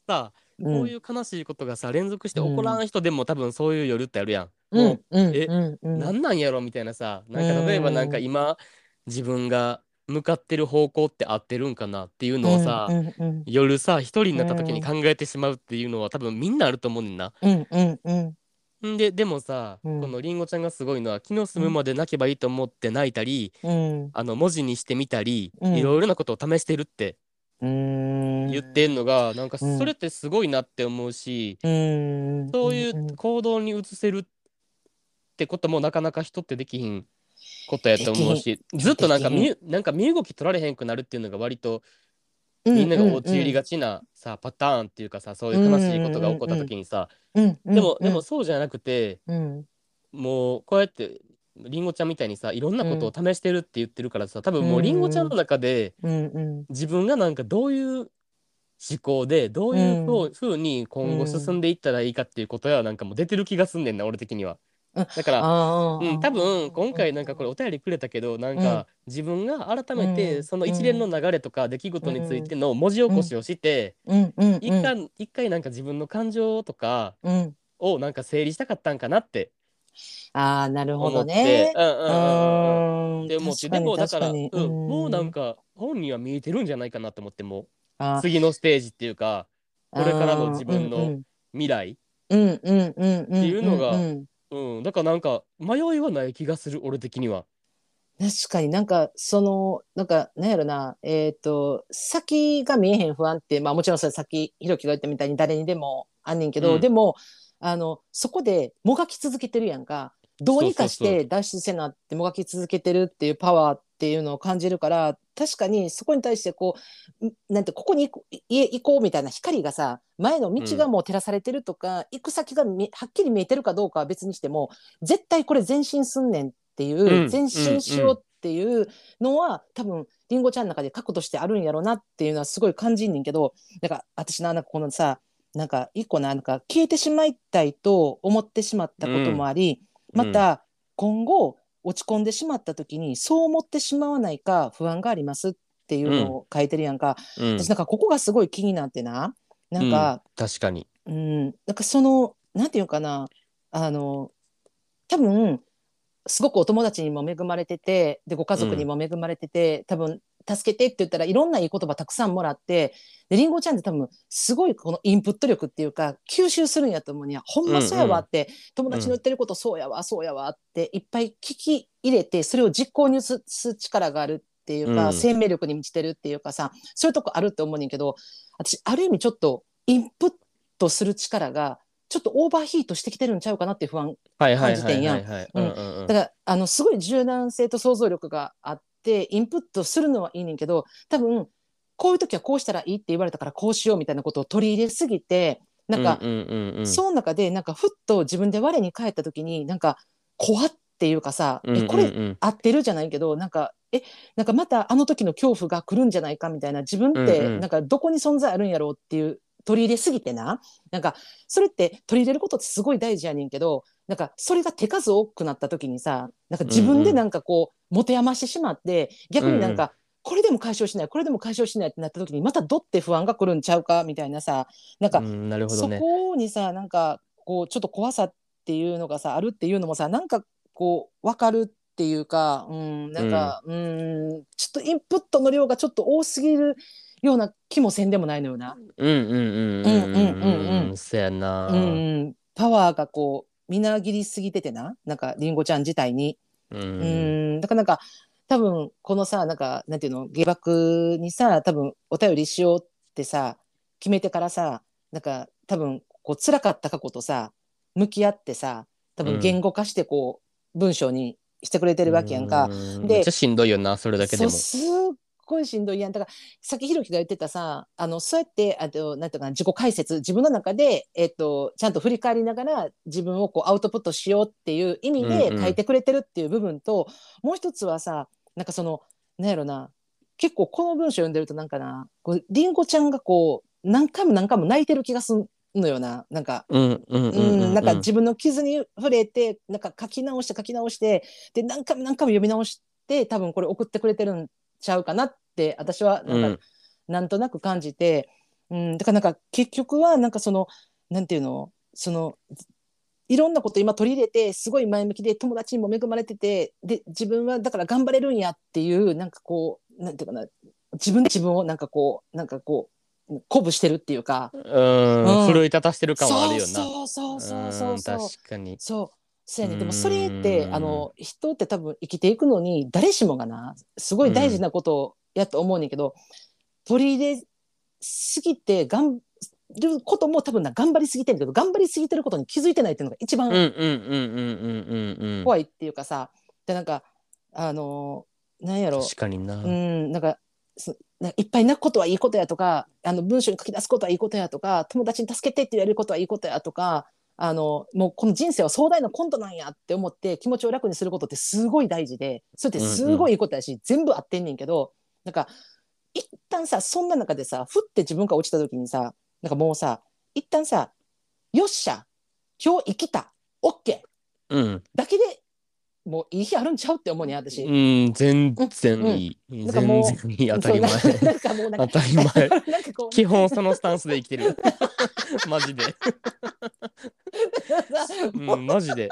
[SPEAKER 2] さ
[SPEAKER 1] うん、
[SPEAKER 2] こういう悲しいことがさ連続して起こらん人でも多分そういう夜ってあるやん、
[SPEAKER 1] うん、
[SPEAKER 2] も
[SPEAKER 1] うん、
[SPEAKER 2] え
[SPEAKER 1] うんう
[SPEAKER 2] うんなんなんやろみたいなさなんか例えばなんか今自分が向かってる方向って合ってるんかなっていうのをさ、
[SPEAKER 1] うんうん
[SPEAKER 2] 夜さ一人になった時に考えてしまうっていうのは多分みんなあると思うねんな。
[SPEAKER 1] うんうんうん
[SPEAKER 2] んででもさ、
[SPEAKER 1] うん
[SPEAKER 2] このりんごちゃんがすごいのは昨日住むまで泣けばいいと思って泣いたり、
[SPEAKER 1] うん
[SPEAKER 2] あの文字にしてみたり、
[SPEAKER 1] うん
[SPEAKER 2] いろいろなことを試してるって
[SPEAKER 1] うん
[SPEAKER 2] 言ってんのが、なんか
[SPEAKER 1] うん
[SPEAKER 2] それってすごいなって思うし、
[SPEAKER 1] うん
[SPEAKER 2] そうい
[SPEAKER 1] ん
[SPEAKER 2] う行動に移せるってこともなかなか人ってできひんことやと思うしずっとなんか
[SPEAKER 1] できひ
[SPEAKER 2] 身なんか身動き取られへんくなるっていうのが割と
[SPEAKER 1] う
[SPEAKER 2] みんなが陥り
[SPEAKER 1] が、
[SPEAKER 2] がちなさパターンっていうかさそういう悲しいことが起こった時にさ
[SPEAKER 1] うんうん
[SPEAKER 2] でもでも、そうじゃなくて
[SPEAKER 1] うん
[SPEAKER 2] もうこうやってりんごちゃんみたいにさいろんなことを試してるって言ってるからさ多分もうりんごちゃんの中で
[SPEAKER 1] うんうん
[SPEAKER 2] 自分がなんかどういう思考でどういうふうふうに今後進んでいったらいいかっていうことはなんかもう出てる気がすんねんな俺的には。
[SPEAKER 1] うん
[SPEAKER 2] だから
[SPEAKER 1] あー
[SPEAKER 2] うん、多分今回なんかこれお便りくれたけどなんか自分が改め
[SPEAKER 1] う
[SPEAKER 2] て
[SPEAKER 1] ん
[SPEAKER 2] その一連の流れとか出来事についての文字起こしをして
[SPEAKER 1] うんうんうん
[SPEAKER 2] 一回一回なんか自分の感情とか
[SPEAKER 1] うん
[SPEAKER 2] をなんか整理したかったんかなって
[SPEAKER 1] ああなるほ
[SPEAKER 2] 思
[SPEAKER 1] ど
[SPEAKER 2] って
[SPEAKER 1] ね
[SPEAKER 2] うん
[SPEAKER 1] う
[SPEAKER 2] うんうんうん
[SPEAKER 1] ん
[SPEAKER 2] って思っ
[SPEAKER 1] 確
[SPEAKER 2] てで
[SPEAKER 1] かに
[SPEAKER 2] もだからう
[SPEAKER 1] 確
[SPEAKER 2] ん
[SPEAKER 1] かに
[SPEAKER 2] もうなんか本人は見えてるんじゃないかなと思ってもう
[SPEAKER 1] あ
[SPEAKER 2] 次のステージっていうか
[SPEAKER 1] あ
[SPEAKER 2] これからの自分の未来
[SPEAKER 1] うんうんうんうんって
[SPEAKER 2] いうのが
[SPEAKER 1] ん
[SPEAKER 2] うんだからなんか迷いはない気がする俺的には。
[SPEAKER 1] 確かになんかそのなんかなんやろなえっ、と先が見えへん不安ってまあもちろんそれ先ひろきが言ったみたいに誰にでもあんねんけど、
[SPEAKER 2] うん
[SPEAKER 1] でもあのそこでもがき続けてるやんかどうにかし
[SPEAKER 2] そうそう
[SPEAKER 1] て脱出せなってもがき続けてるっていうパワーっていうのを感じるから確かにそこに対してこうんなんてここに行こい行こうみたいな光がさ前の道がもう照らされてるとか、行く先がみはっきり見えてるかどうかは別にしても絶対これ前進すんねんっていう、
[SPEAKER 2] うん
[SPEAKER 1] 前進しようっていうのは、多分りんごちゃんの中で覚悟してあるんやろうなっていうのはすごい感じんねんけどなんか私ななんかこのさなんか一個ななんか消えてしまいたいと思ってしまったこともあり、また今後落ち込んでしまった時にそう思ってしまわないか不安がありますっていうのを書いてるやんか、
[SPEAKER 2] うん、うん
[SPEAKER 1] 私なんかここがすごい気になってななんか、
[SPEAKER 2] 確かに。
[SPEAKER 1] うん、なんかそのなんていうかなあの多分すごくお友達にも恵まれててでご家族にも恵まれてて、多分助けてって言ったらいろんないい言葉たくさんもらってでりんごちゃんって多分すごいこのインプット力っていうか吸収するんやと思うにはほんまそうやわって、友達の言ってることそうやわそうやわっていっぱい聞き入れてそれを実行に移す力があるっていうか、
[SPEAKER 2] うん
[SPEAKER 1] 生命力に満ちてるっていうかさそういうとこあるって思うねんけど私ある意味ちょっとインプッとする力がちょっとオーバーヒートしてきてるんちゃうかなっていう不安
[SPEAKER 2] はいは
[SPEAKER 1] 感
[SPEAKER 2] い
[SPEAKER 1] じ
[SPEAKER 2] は
[SPEAKER 1] てん
[SPEAKER 2] い
[SPEAKER 1] や
[SPEAKER 2] は
[SPEAKER 1] ん
[SPEAKER 2] いはい。
[SPEAKER 1] うん
[SPEAKER 2] うんうん
[SPEAKER 1] だからあのすごい柔軟性と想像力があってインプットするのはいいねんけど多分こういう時はこうしたらいいって言われたからこうしようみたいなことを取り入れすぎてなんか、
[SPEAKER 2] うんうんうんうん、
[SPEAKER 1] その中でなんかふっと自分で我に返った時になんか怖っていうかさ、
[SPEAKER 2] うんうんうん
[SPEAKER 1] えこれ合ってるじゃないけどなんかえなんかまたあの時の恐怖が来るんじゃないかみたいな自分っ
[SPEAKER 2] うんう
[SPEAKER 1] て
[SPEAKER 2] ん
[SPEAKER 1] なんかどこに存在あるんやろうっていう取り入れすぎてななんかそれって取り入れることってすごい大事やねんけどなんかそれが手数多くなった時にさなんか自分でなんかこう持て余してしまって逆になんか、これでも解消しないこれでも解消しないってなった時にまたどって不安が来るんちゃうかみたいなさなんか
[SPEAKER 2] うんなるほど
[SPEAKER 1] そ
[SPEAKER 2] ね。
[SPEAKER 1] こにさなんかこうちょっと怖さっていうのがさあるっていうのもさなんかこう分かるっていうかうんなんか、うん、ちょっとインプットの量がちょっと多すぎるような気もせんでもないのよな。
[SPEAKER 2] うんうんうんうん
[SPEAKER 1] うんうんうんうん
[SPEAKER 2] そやな。
[SPEAKER 1] うんうん、パワーがこうみなぎりすぎててななんかりんごちゃん自体に。う
[SPEAKER 2] う
[SPEAKER 1] んんだからなんか多分このさなんかなんていうの下爆にさ多分お便りしようってさ決めてからさなんか多分こう辛かった過去とさ向き合ってさ多
[SPEAKER 2] うん
[SPEAKER 1] 分言語化してこう、文章にしてくれてるわけやんか。。
[SPEAKER 2] う
[SPEAKER 1] で
[SPEAKER 2] めっちゃしんどいよなそれだけでも。
[SPEAKER 1] そうすっごいしんどいやんだからさっきひろきが言ってたさあのそうやってあとなんていうかな自己解説自分の中で、えっとちゃんと振り返りながら自分をこうアウトプットしようっていう意味
[SPEAKER 2] う
[SPEAKER 1] で
[SPEAKER 2] んうん
[SPEAKER 1] 書いてくれてるっていう部分と、もう一つはさなんかそのなんやろな結構この文章読んでるとなんかなこうりんごちゃんがこう何回も何回も泣いてる気がすんのよななんか
[SPEAKER 2] うんう
[SPEAKER 1] う
[SPEAKER 2] んうんんうん
[SPEAKER 1] なんか自分の傷に触れてなんか書き直して書き直してで何回も何回も読み直して多分これ送ってくれてるんちゃうかなって私はなんか、
[SPEAKER 2] うん
[SPEAKER 1] なんとなく感じて、うん、だからなんか結局はなんかそのなんていうのそのいろんなこと今取り入れてすごい前向きで友達にも恵まれててで自分はだから頑張れるんやっていうなんかこうなんていうかな自分で自分をなんかこうなんかこう鼓舞してるっていうか。
[SPEAKER 2] うん
[SPEAKER 1] うん
[SPEAKER 2] 奮い立たしてる感はあるよな
[SPEAKER 1] そうそうそうそうそうそう
[SPEAKER 2] 確かに
[SPEAKER 1] そうそうやねで
[SPEAKER 2] うー
[SPEAKER 1] も
[SPEAKER 2] ん
[SPEAKER 1] それってあの人って多分生きていくのに誰しもがなすごい大事なことやと思うねんけど、取り入れすぎて頑張ることも多分な頑張りすぎてんだけど頑張りすぎてることに気づいてないっていうのが一
[SPEAKER 2] うんう
[SPEAKER 1] 番
[SPEAKER 2] んうんうんうんうん
[SPEAKER 1] 怖いっていうかさ、でなんかあのなんやろ
[SPEAKER 2] 確かにな
[SPEAKER 1] う
[SPEAKER 2] うん
[SPEAKER 1] なんかそなんかいっぱい泣くことはいいことやとかあの文章に書き出すことはいいことやとか友達に助けてって言われることはいいことやとかあのもうこの人生は壮大なコントなんやって思って気持ちを楽にすることってすごい大事でそれってすごいいいことやし、全部合ってんねんけどなんか一旦さそんな中でさふって自分が落ちた時にさなんかもうさ一旦さ「よっしゃ今日生きた OK
[SPEAKER 2] ん」
[SPEAKER 1] だけでもういい日あるんちゃうって思うねん私。
[SPEAKER 2] うん全然いい
[SPEAKER 1] ん
[SPEAKER 2] 全
[SPEAKER 1] なんかもう
[SPEAKER 2] 然いい当たり前
[SPEAKER 1] そう ななんかもうなんか
[SPEAKER 2] 当たり 前
[SPEAKER 1] なんかこう
[SPEAKER 2] 基本そのスタンスで生きてる マジで
[SPEAKER 1] も
[SPEAKER 2] う
[SPEAKER 1] うん
[SPEAKER 2] マジで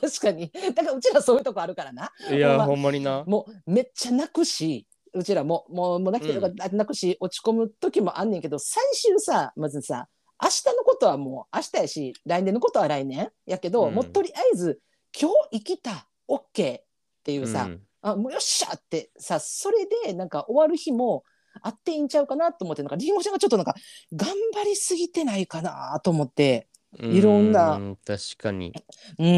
[SPEAKER 1] 確かにだからうちらそういうとこあるからないほん
[SPEAKER 2] や
[SPEAKER 1] ま
[SPEAKER 2] ほんまにな
[SPEAKER 1] もうめっちゃ泣くしうちらももうもう泣きたいとか
[SPEAKER 2] う
[SPEAKER 1] 泣くし、落ち込む時もあんねんけど最終さまずさ明日のことはもう明日やし来年のことは来年やけど、
[SPEAKER 2] うん
[SPEAKER 1] もうとりあえず今日生きた OK っていうさ、
[SPEAKER 2] うん
[SPEAKER 1] あもうよっしゃってさそれでなんか終わる日もあっていいんちゃうかなと思ってなんかりんごちゃんがちょっとなんか頑張りすぎてないかなと思っていろんな
[SPEAKER 2] う確かに
[SPEAKER 1] うんう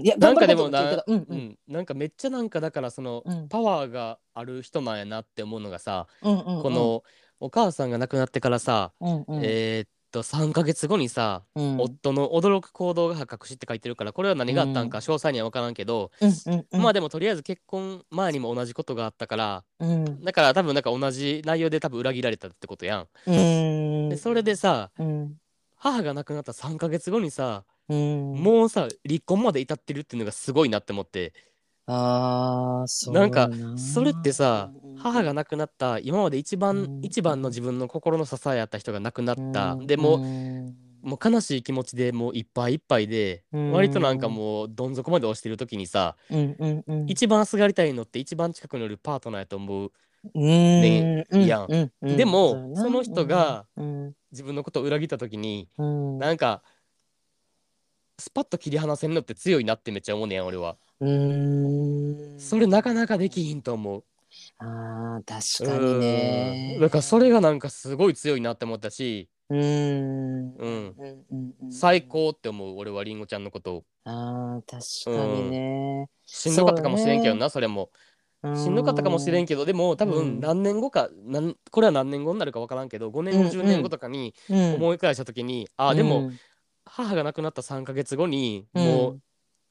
[SPEAKER 1] んいや
[SPEAKER 2] な
[SPEAKER 1] 頑
[SPEAKER 2] ん
[SPEAKER 1] 張り
[SPEAKER 2] かで
[SPEAKER 1] たいと
[SPEAKER 2] も
[SPEAKER 1] 思ってるけ
[SPEAKER 2] な
[SPEAKER 1] ど、うん
[SPEAKER 2] う
[SPEAKER 1] うん
[SPEAKER 2] んなんかめっちゃなんかだからその
[SPEAKER 1] うん
[SPEAKER 2] パワーがある人なんやなって思うのがさ
[SPEAKER 1] うんうんうん、
[SPEAKER 2] このお母さんが亡くなってからさ
[SPEAKER 1] うんうん、
[SPEAKER 2] えーっと3ヶ月後にさ
[SPEAKER 1] うん
[SPEAKER 2] 夫の驚く行動が発覚しって書いてるからこれは何があったんか詳細には分からんけど
[SPEAKER 1] うんうんうん
[SPEAKER 2] まあでもとりあえず結婚前にも同じことがあったから
[SPEAKER 1] うん
[SPEAKER 2] だから多分なんか同じ内容で多分裏切られたってことや
[SPEAKER 1] うん
[SPEAKER 2] ん。でそれでさ
[SPEAKER 1] うん
[SPEAKER 2] 母が亡くなった3ヶ月後にさ
[SPEAKER 1] うん
[SPEAKER 2] もうさ離婚まで至ってるっていうのがすごいなって思って
[SPEAKER 1] あーそう
[SPEAKER 2] なんかそれってさ
[SPEAKER 1] うんうん
[SPEAKER 2] 母が亡くなった今まで一
[SPEAKER 1] うん
[SPEAKER 2] 番一番の自分の心の支えやった人が亡くなった
[SPEAKER 1] うん
[SPEAKER 2] でも
[SPEAKER 1] うん
[SPEAKER 2] うもう悲しい気持ちでもういっぱいいっぱいで
[SPEAKER 1] うん
[SPEAKER 2] 割となんかもうどん底まで落ちてる時にさ
[SPEAKER 1] うんうんうん
[SPEAKER 2] 一番すがりたいのって一番近くにいるパートナーやと思う
[SPEAKER 1] ね
[SPEAKER 2] いやん
[SPEAKER 1] うんうん
[SPEAKER 2] でも
[SPEAKER 1] うやな
[SPEAKER 2] その人が
[SPEAKER 1] うん
[SPEAKER 2] 自分のことを裏切った時に
[SPEAKER 1] うん
[SPEAKER 2] なんかスパッと切り離せるのって強いなってめっちゃ思うねん俺は
[SPEAKER 1] うん
[SPEAKER 2] それなかなかできひんと思う
[SPEAKER 1] あー確かにね
[SPEAKER 2] うんだからそれがなんかすごい強いなって思ったし
[SPEAKER 1] うん
[SPEAKER 2] うん
[SPEAKER 1] うんうんうん
[SPEAKER 2] 最高って思う俺はりんごちゃんのことを
[SPEAKER 1] あー確かにね
[SPEAKER 2] しんどかったかもしれんけどなそ,、れもしんどかったかもしれん
[SPEAKER 1] け
[SPEAKER 2] けどでも多
[SPEAKER 1] うん
[SPEAKER 2] 分何年後かなんこれは何年後になるか分からんけど5年
[SPEAKER 1] うん
[SPEAKER 2] 後10年後とかに
[SPEAKER 1] どうん
[SPEAKER 2] 思い返した時に、あで
[SPEAKER 1] う
[SPEAKER 2] も
[SPEAKER 1] ん
[SPEAKER 2] 母が亡くなった3ヶ月後に
[SPEAKER 1] うん
[SPEAKER 2] もう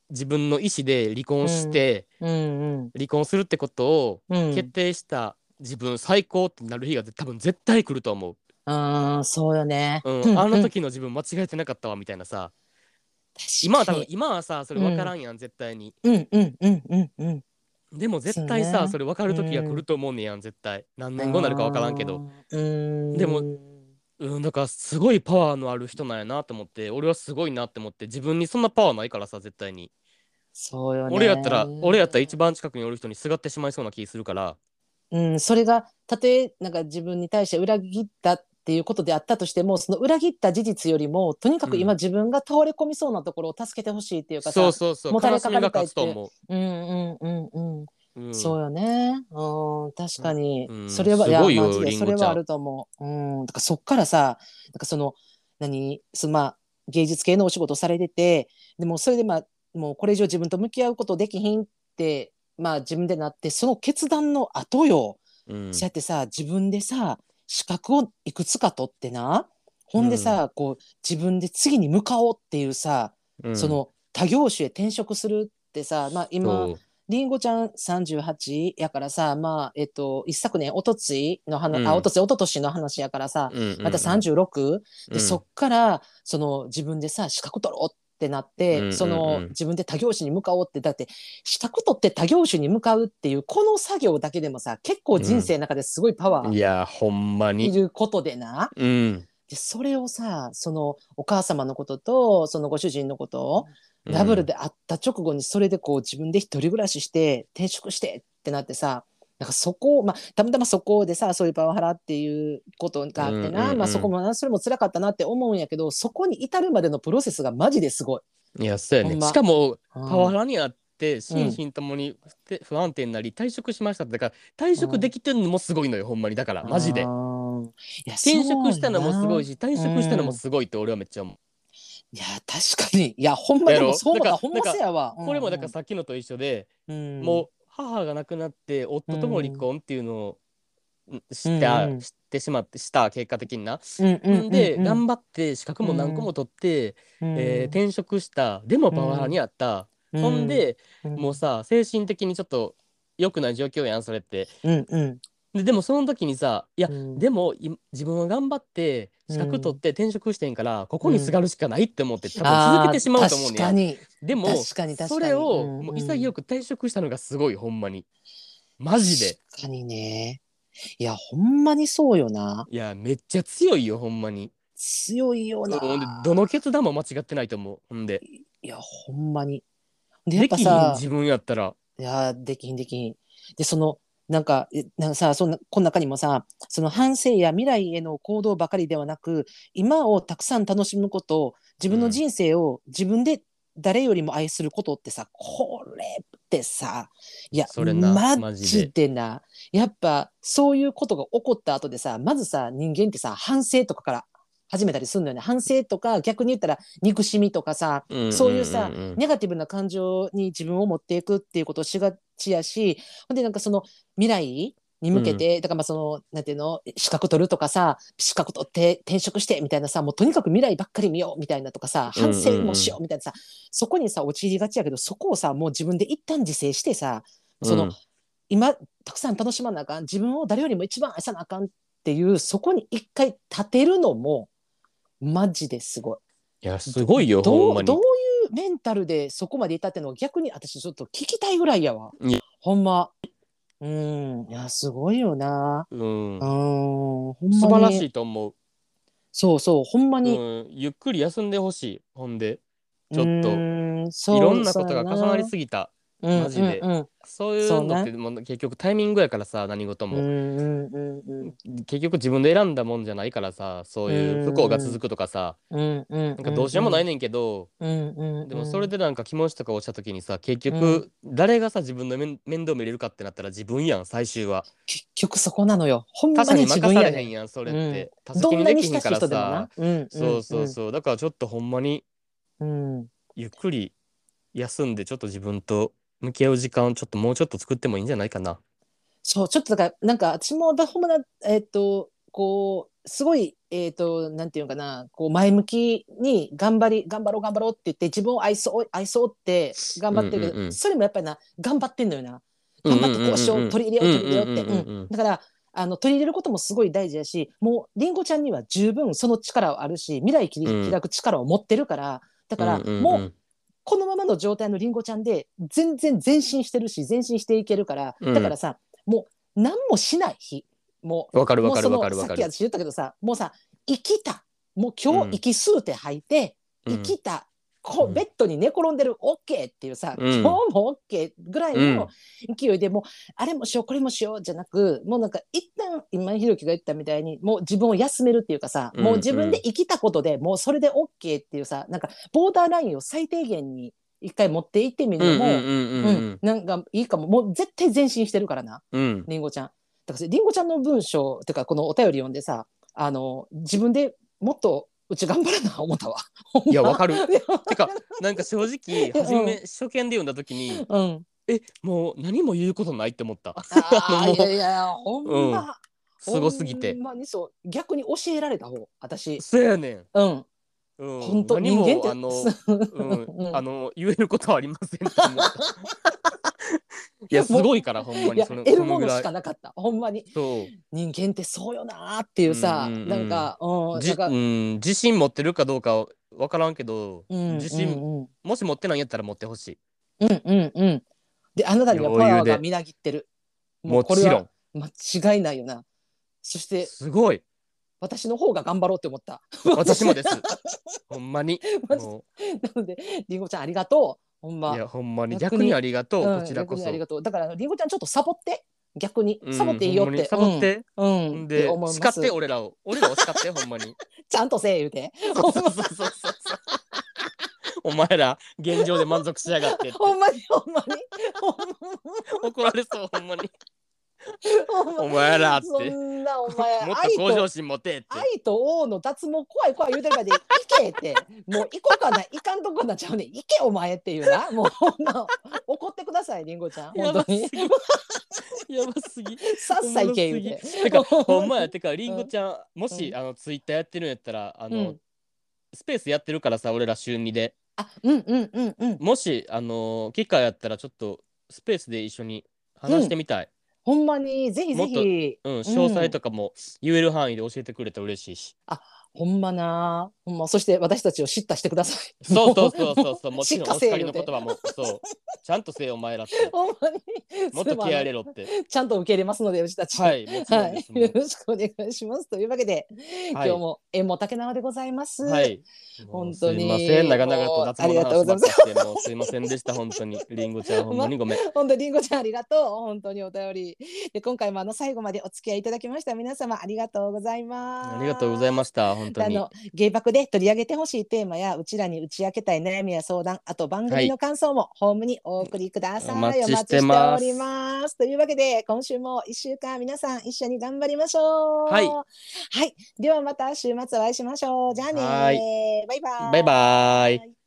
[SPEAKER 2] 自分の意思で離婚して
[SPEAKER 1] うんうん
[SPEAKER 2] 離婚するってことを
[SPEAKER 1] うん
[SPEAKER 2] 決定した自分最高ってなる日が多分絶対来ると思う、
[SPEAKER 1] ああそうよね。
[SPEAKER 2] うん、あの時の自分間違えてなかったわみたいなさ今は多分今はさそれ分からんやん、絶対に
[SPEAKER 1] うんうんうんうんうん。
[SPEAKER 2] でも絶対
[SPEAKER 1] そう
[SPEAKER 2] さ
[SPEAKER 1] ね
[SPEAKER 2] そ,、れ分かる時が来ると思うねやん絶対何年後になるか分からんけど。
[SPEAKER 1] うーん。
[SPEAKER 2] でもうんだからすごいパワーのある人なんやなと思って俺はすごいなって思って自分にそんなパワーないからさ絶対に
[SPEAKER 1] そうよね。
[SPEAKER 2] 俺やったら俺やったら一。番近くにおる人にすがってしまいそうな気するから
[SPEAKER 1] うんそれがたとえなんか自分に対して裏切ったっていうことであったとしてもその裏切った事実よりもとにかく今
[SPEAKER 2] う
[SPEAKER 1] 自分が倒れ込みそうなところを助けてほしいっていうかさ。
[SPEAKER 2] そうそうそう
[SPEAKER 1] もたれ
[SPEAKER 2] 悲
[SPEAKER 1] か
[SPEAKER 2] し
[SPEAKER 1] か
[SPEAKER 2] み
[SPEAKER 1] り
[SPEAKER 2] が
[SPEAKER 1] たいっ
[SPEAKER 2] 勝
[SPEAKER 1] て
[SPEAKER 2] つと思
[SPEAKER 1] うんうんうんうん。
[SPEAKER 2] う、うん、
[SPEAKER 1] そうよね。うん、確かに。
[SPEAKER 2] うん
[SPEAKER 1] それは、
[SPEAKER 2] すごいよ
[SPEAKER 1] や、マジで、
[SPEAKER 2] りん
[SPEAKER 1] それ
[SPEAKER 2] ごちゃん
[SPEAKER 1] はあると思う。うん、だから、そっからさ、なんか、その、何、その、まあ、芸術系のお仕事をされてて。でも、それで、まあ、もう、これ以上自分と向き合うことできひんって、まあ、自分でなって、その決断の後よ。
[SPEAKER 2] うん
[SPEAKER 1] そうやってさ、自分でさ、資格をいくつか取ってな。ほんでさ、こう、自分で次に向かおうっていうさ、
[SPEAKER 2] うん
[SPEAKER 1] その、他業種へ転職するってさ、まあ、今。
[SPEAKER 2] そう
[SPEAKER 1] りんごちゃん38やからさまあえっと一昨年おとついの話、
[SPEAKER 2] うん
[SPEAKER 1] あおとついおととしの話やからさ
[SPEAKER 2] うんうん
[SPEAKER 1] また 36?、
[SPEAKER 2] う
[SPEAKER 1] で
[SPEAKER 2] ん
[SPEAKER 1] そっからその自分でさ資格取ろうってなって、
[SPEAKER 2] うんうんうん
[SPEAKER 1] その自分で他業種に向かおうってだって資格取って他業種に向かうっていうこの作業だけでもさ結構人生の中ですごいパワ
[SPEAKER 2] い
[SPEAKER 1] ー
[SPEAKER 2] やほんま
[SPEAKER 1] い
[SPEAKER 2] に
[SPEAKER 1] ることでな、
[SPEAKER 2] うん
[SPEAKER 1] でそれをさそのお母様のこととそのご主人のことをダブルで会った直後にそれでこう自分で一人暮らしして転職してってなってさなんかそこをまあたまたまそこでさそういうパワハラっていうことがあってな、
[SPEAKER 2] うんうんうん
[SPEAKER 1] まあ、そこもなそれも辛かったなって思うんやけどそこに至るまでのプロセスがマジですごい。
[SPEAKER 2] いやそうやね、
[SPEAKER 1] ほんま
[SPEAKER 2] しかも
[SPEAKER 1] パ
[SPEAKER 2] パワハラにあって心身ともに不不安定になり退職しましたってだから退職できてんのもすごいのよほんまにだからマジで
[SPEAKER 1] いや
[SPEAKER 2] 転職したのもすごい
[SPEAKER 1] し
[SPEAKER 2] し退職したのもすごいって俺はめっちゃ思う、
[SPEAKER 1] いや確かにいやほんまで
[SPEAKER 2] や
[SPEAKER 1] も
[SPEAKER 2] ろ
[SPEAKER 1] そう思った
[SPEAKER 2] なんか
[SPEAKER 1] ほんませやわ
[SPEAKER 2] これもだからさっきのと一緒で、
[SPEAKER 1] うん
[SPEAKER 2] もう母が亡くなって夫とも離婚っていうのをん知った、
[SPEAKER 1] うんうん
[SPEAKER 2] 知ってしまってした結果的にな、
[SPEAKER 1] うんうんうんうん
[SPEAKER 2] で頑張って資格も何個も取って、
[SPEAKER 1] うん
[SPEAKER 2] えー転職したでもパワハラにあった、
[SPEAKER 1] うん
[SPEAKER 2] ほんで、
[SPEAKER 1] うん
[SPEAKER 2] もうさ精神的にちょっと良くない状況やんそれって
[SPEAKER 1] うんうん
[SPEAKER 2] ででもその時にさいや、
[SPEAKER 1] うん
[SPEAKER 2] でもい自分は頑張って資格取って転職してんから、ここにすがるしかないって思って多分続けてしまうと思うねん
[SPEAKER 1] あー確かに
[SPEAKER 2] でも
[SPEAKER 1] 確かに確かに
[SPEAKER 2] それを
[SPEAKER 1] うんうん
[SPEAKER 2] もう潔く退職したのがすごいほんまにマジで
[SPEAKER 1] 確かにねいやほんまにそうよない
[SPEAKER 2] やめっちゃ強いよほんまに
[SPEAKER 1] 強いよな、
[SPEAKER 2] ほんでどの決断も間違ってないと思うほんで
[SPEAKER 1] いやほんまにでやっ
[SPEAKER 2] で
[SPEAKER 1] ぱ
[SPEAKER 2] きひん
[SPEAKER 1] さ
[SPEAKER 2] 自分やったら
[SPEAKER 1] いやできひんできひんでそのなんかえなんかさそんなこの中にもさその反省や未来への行動ばかりではなく今をたくさん楽しむこと自分の人生を自分で誰よりも愛することってさ、これってさいや
[SPEAKER 2] それな
[SPEAKER 1] マ
[SPEAKER 2] マ
[SPEAKER 1] ジ
[SPEAKER 2] ジ
[SPEAKER 1] でなやっぱそういうことが起こった後でさまずさ人間ってさ反省とかから始めたりするのよね反省とか逆に言ったら憎しみとかさそういうさ、ネガティブな感情に自分を持っていくっていうことをしがちやし、ほんでなんかその未来に向けて、だからまあその、なんていうの、資格取るとかさ、資格取って転職してみたいなさ、もうとにかく未来ばっかり見ようみたいなとかさ、
[SPEAKER 2] うんうん
[SPEAKER 1] 反省もしようみたいなさ、そこにさ、陥りがちやけど、そこをさ、もう自分で一旦自制してさ、その、
[SPEAKER 2] うん
[SPEAKER 1] 今、たくさん楽しまなあかん、自分を誰よりも一番愛さなあかんっていう、そこに一回立てるのも、マジですごい。
[SPEAKER 2] いやすごいよ
[SPEAKER 1] ど
[SPEAKER 2] ほん
[SPEAKER 1] う
[SPEAKER 2] ま
[SPEAKER 1] どう
[SPEAKER 2] に
[SPEAKER 1] いうメンタルでそこまでいたってのを逆に私ちょっと聞きたいぐらいやわ
[SPEAKER 2] いや
[SPEAKER 1] ほんまうんいやすごいよな
[SPEAKER 2] うん
[SPEAKER 1] うんほんまに
[SPEAKER 2] 素晴らしいと思う
[SPEAKER 1] そうそうほんまに、
[SPEAKER 2] うんゆっくり休んでほしいほんでちょっ
[SPEAKER 1] う
[SPEAKER 2] と
[SPEAKER 1] んそう
[SPEAKER 2] いろんなことが重なりすぎた
[SPEAKER 1] そうやな
[SPEAKER 2] マジで
[SPEAKER 1] うんうん
[SPEAKER 2] そういうのってもう結局タイミングやからさ何事
[SPEAKER 1] う
[SPEAKER 2] も、
[SPEAKER 1] んうんうんうん
[SPEAKER 2] 結局自分で選んだもんじゃないからさそういう不幸が続くとかさ、
[SPEAKER 1] うんうん
[SPEAKER 2] なんかどうしようもない
[SPEAKER 1] ね
[SPEAKER 2] ねんけど、
[SPEAKER 1] うんうんうん
[SPEAKER 2] でもそれでなんか気持ちとか落ちた時にさ結局誰がさ自分の面面倒見れるかってなったら自分やん最終は
[SPEAKER 1] 結局そこなのよほんま
[SPEAKER 2] 他者
[SPEAKER 1] に
[SPEAKER 2] に
[SPEAKER 1] 自
[SPEAKER 2] 任
[SPEAKER 1] 分
[SPEAKER 2] さ
[SPEAKER 1] や
[SPEAKER 2] れへん
[SPEAKER 1] ね
[SPEAKER 2] やんそれって、他
[SPEAKER 1] ど
[SPEAKER 2] 責
[SPEAKER 1] ん
[SPEAKER 2] に
[SPEAKER 1] な
[SPEAKER 2] で
[SPEAKER 1] に
[SPEAKER 2] きへ
[SPEAKER 1] 親
[SPEAKER 2] ん
[SPEAKER 1] し
[SPEAKER 2] か
[SPEAKER 1] い
[SPEAKER 2] ら
[SPEAKER 1] 人でも
[SPEAKER 2] さ
[SPEAKER 1] な、うん
[SPEAKER 2] そうそうそうだからちょっとほんまに
[SPEAKER 1] うん、うん、
[SPEAKER 2] ゆっくり休んでちょっと自分と向き合う時間をちょっともうちょっと作ってもいいんじゃないかな
[SPEAKER 1] そう、ちょっとだから、なんか私も、だほんまな、えっ、と、こう、すごい、えっ、と、なんていうのかな、こう、前向きに、頑張り、頑張ろう、頑張ろうって言って、自分を愛そう、愛そうって、頑張ってるけど、
[SPEAKER 2] うんうんうん
[SPEAKER 1] それもやっぱりな、頑張ってんのよな。頑張ってこうしよう、取り入れよう、取り入れようって。うんだから、あの、取り入れることもすごい大事だし、もう、りんごちゃんには十分その力はあるし、未来切り開く力を持ってるから、だから、もう、このままの状態のりんごちゃんで全然前進してるし前進していけるから
[SPEAKER 2] うん
[SPEAKER 1] だからさ、もう何もしない日も
[SPEAKER 2] わか
[SPEAKER 1] う
[SPEAKER 2] るわ
[SPEAKER 1] もう
[SPEAKER 2] か
[SPEAKER 1] そ
[SPEAKER 2] るわ
[SPEAKER 1] の
[SPEAKER 2] かるわ
[SPEAKER 1] さ
[SPEAKER 2] か
[SPEAKER 1] っき
[SPEAKER 2] る
[SPEAKER 1] 私言ったけどさもうさ生きたもう今日息吸うて吐いて、
[SPEAKER 2] うん
[SPEAKER 1] 生きたこ
[SPEAKER 2] う
[SPEAKER 1] うんベッドに寝転んでる OK っていうさ、
[SPEAKER 2] うん
[SPEAKER 1] 今日も OK ぐらいの
[SPEAKER 2] う
[SPEAKER 1] 勢いで、もうあれもしようこれもしようじゃなくもうなんか一旦今ひろきが言ったみたいにもう自分を休めるっていうかさ、
[SPEAKER 2] うん
[SPEAKER 1] もう自分で生きたことでもうそれで OK っていうさなんかボーダーラインを最低限に一回持っていってみるのも、うん
[SPEAKER 2] うん
[SPEAKER 1] なんかいいかももう絶対前進してるからな
[SPEAKER 2] うん
[SPEAKER 1] りんごちゃん。だからりんごちゃんの文章てかこのお便り読んでさあの自分でもっとうち頑張らな思ったわ。ほんま
[SPEAKER 2] いやわかる
[SPEAKER 1] いや
[SPEAKER 2] てかなんか正直初め初見で読んだ時 に
[SPEAKER 1] うん、
[SPEAKER 2] えもう何も言うことないって思った
[SPEAKER 1] あー
[SPEAKER 2] もう
[SPEAKER 1] いやいやほんま、
[SPEAKER 2] すごすぎて
[SPEAKER 1] ほんまにそう逆に教えられた方私
[SPEAKER 2] そうやねん
[SPEAKER 1] うん
[SPEAKER 2] うん
[SPEAKER 1] 本当
[SPEAKER 2] 何
[SPEAKER 1] 人間って
[SPEAKER 2] もあのうんあの言えることはありませんって思ったいやすごいからほんま
[SPEAKER 1] い
[SPEAKER 2] に
[SPEAKER 1] や
[SPEAKER 2] その
[SPEAKER 1] 得る
[SPEAKER 2] その
[SPEAKER 1] も
[SPEAKER 2] ぐ
[SPEAKER 1] の
[SPEAKER 2] ら
[SPEAKER 1] し
[SPEAKER 2] い
[SPEAKER 1] かなかったほんまに
[SPEAKER 2] そう
[SPEAKER 1] 人間ってそうよなーっていうさ、
[SPEAKER 2] うんうんうん
[SPEAKER 1] なんかうん
[SPEAKER 2] じ
[SPEAKER 1] なんか
[SPEAKER 2] うん自信持ってるかどうかは分からんけど、
[SPEAKER 1] うん
[SPEAKER 2] 自
[SPEAKER 1] う
[SPEAKER 2] 信
[SPEAKER 1] ん
[SPEAKER 2] もし持ってないんやったら持ってほしい
[SPEAKER 1] うんうんうんであなたにはパ
[SPEAKER 2] 余
[SPEAKER 1] ワ
[SPEAKER 2] 裕
[SPEAKER 1] ー
[SPEAKER 2] で
[SPEAKER 1] がみなぎってる
[SPEAKER 2] もちろん
[SPEAKER 1] 間違いないよなそして
[SPEAKER 2] すごい
[SPEAKER 1] 私の方が頑張ろうって思った
[SPEAKER 2] 私もです ほんまに
[SPEAKER 1] マジ
[SPEAKER 2] も
[SPEAKER 1] なのでりんごちゃんありがとうほん
[SPEAKER 2] う
[SPEAKER 1] ま
[SPEAKER 2] いやほんまに
[SPEAKER 1] 逆
[SPEAKER 2] 逆
[SPEAKER 1] に
[SPEAKER 2] にありがとう、
[SPEAKER 1] うん
[SPEAKER 2] こちらこ
[SPEAKER 1] 逆
[SPEAKER 2] そ
[SPEAKER 1] にありがとうだからりんごちゃんちょっとサボって逆に
[SPEAKER 2] うん
[SPEAKER 1] サボっていいよっ
[SPEAKER 2] ほんま
[SPEAKER 1] て、
[SPEAKER 2] にサボって、
[SPEAKER 1] うん、うん
[SPEAKER 2] ほん
[SPEAKER 1] って
[SPEAKER 2] で
[SPEAKER 1] 思います
[SPEAKER 2] 叱って俺らを俺らを叱ってほんま に
[SPEAKER 1] ちゃんとせえ言う て
[SPEAKER 2] そうそうそうそうそうお前ら現状で満足しや がってって
[SPEAKER 1] ほんまにほんまにほん
[SPEAKER 2] 怒られそうほんま
[SPEAKER 1] ま
[SPEAKER 2] に
[SPEAKER 1] に
[SPEAKER 2] お前らって
[SPEAKER 1] そんなお前
[SPEAKER 2] もっ
[SPEAKER 1] 愛
[SPEAKER 2] と向上
[SPEAKER 1] と
[SPEAKER 2] 心持てって
[SPEAKER 1] 愛と王の脱毛怖い怖い言うてるからで行けってもう行こうかな行かんとこなっちゃうねん行けお前っていうなもうほんま怒ってくださいりんごちゃん
[SPEAKER 2] や
[SPEAKER 1] 本
[SPEAKER 2] ば
[SPEAKER 1] 当
[SPEAKER 2] すぎ
[SPEAKER 1] に
[SPEAKER 2] やばすぎ
[SPEAKER 1] さっさいけ言う て
[SPEAKER 2] てかほんまやてかりんごちゃんもし、あのツイッターやってるんやったらあの、
[SPEAKER 1] うん
[SPEAKER 2] スペースやってるからさ俺ら週2で
[SPEAKER 1] あうんうんうんうん
[SPEAKER 2] もしあの機会あったらちょっとスペースで一緒に話してみたい、
[SPEAKER 1] ほんまにぜひぜひ
[SPEAKER 2] うん詳細とかも言える範囲で教えてくれたら嬉しい し、
[SPEAKER 1] ほんまなほんまそして私たちを叱咤してくだ さい
[SPEAKER 2] そうそうそうそうそうもちろ
[SPEAKER 1] 叱
[SPEAKER 2] ん
[SPEAKER 1] 咤
[SPEAKER 2] お
[SPEAKER 1] せえ
[SPEAKER 2] 叱り
[SPEAKER 1] 言
[SPEAKER 2] の
[SPEAKER 1] うて
[SPEAKER 2] 言葉もそうちゃんとせえお前らって
[SPEAKER 1] ほん まに
[SPEAKER 2] もっと気合い入れろって
[SPEAKER 1] ちゃんと受け入れますので、うちたち。。
[SPEAKER 2] はいいもちろ
[SPEAKER 1] は
[SPEAKER 2] んで す
[SPEAKER 1] い、よろしくお願いします。というわけで、今日も縁も竹縄でございます。
[SPEAKER 2] は。い
[SPEAKER 1] 本当に
[SPEAKER 2] すいません長々と脱毛の話ばっかしてもうすいませんでした本当にりんごちゃんほんまにごめん
[SPEAKER 1] 本当りんごちゃんありがとう。本当にお便り。で今回もあの最後までお付き合いいただきました皆様ありがとうございます。
[SPEAKER 2] ありがとうございました本当
[SPEAKER 1] あ
[SPEAKER 2] に
[SPEAKER 1] の芸爆で取り上げてほしいテーマやうちらに打ち明けたい悩みや相談あと番組の感想もホームにお送りください、お
[SPEAKER 2] お待
[SPEAKER 1] 待
[SPEAKER 2] ち
[SPEAKER 1] ち
[SPEAKER 2] し
[SPEAKER 1] してて
[SPEAKER 2] ます
[SPEAKER 1] おりますというわけで今週も一週間皆さん一緒に頑張りましょう
[SPEAKER 2] はい
[SPEAKER 1] はい、ではまた週末お会いしましょうじゃあね
[SPEAKER 2] はい
[SPEAKER 1] バイバイ
[SPEAKER 2] バイバーイ
[SPEAKER 1] イ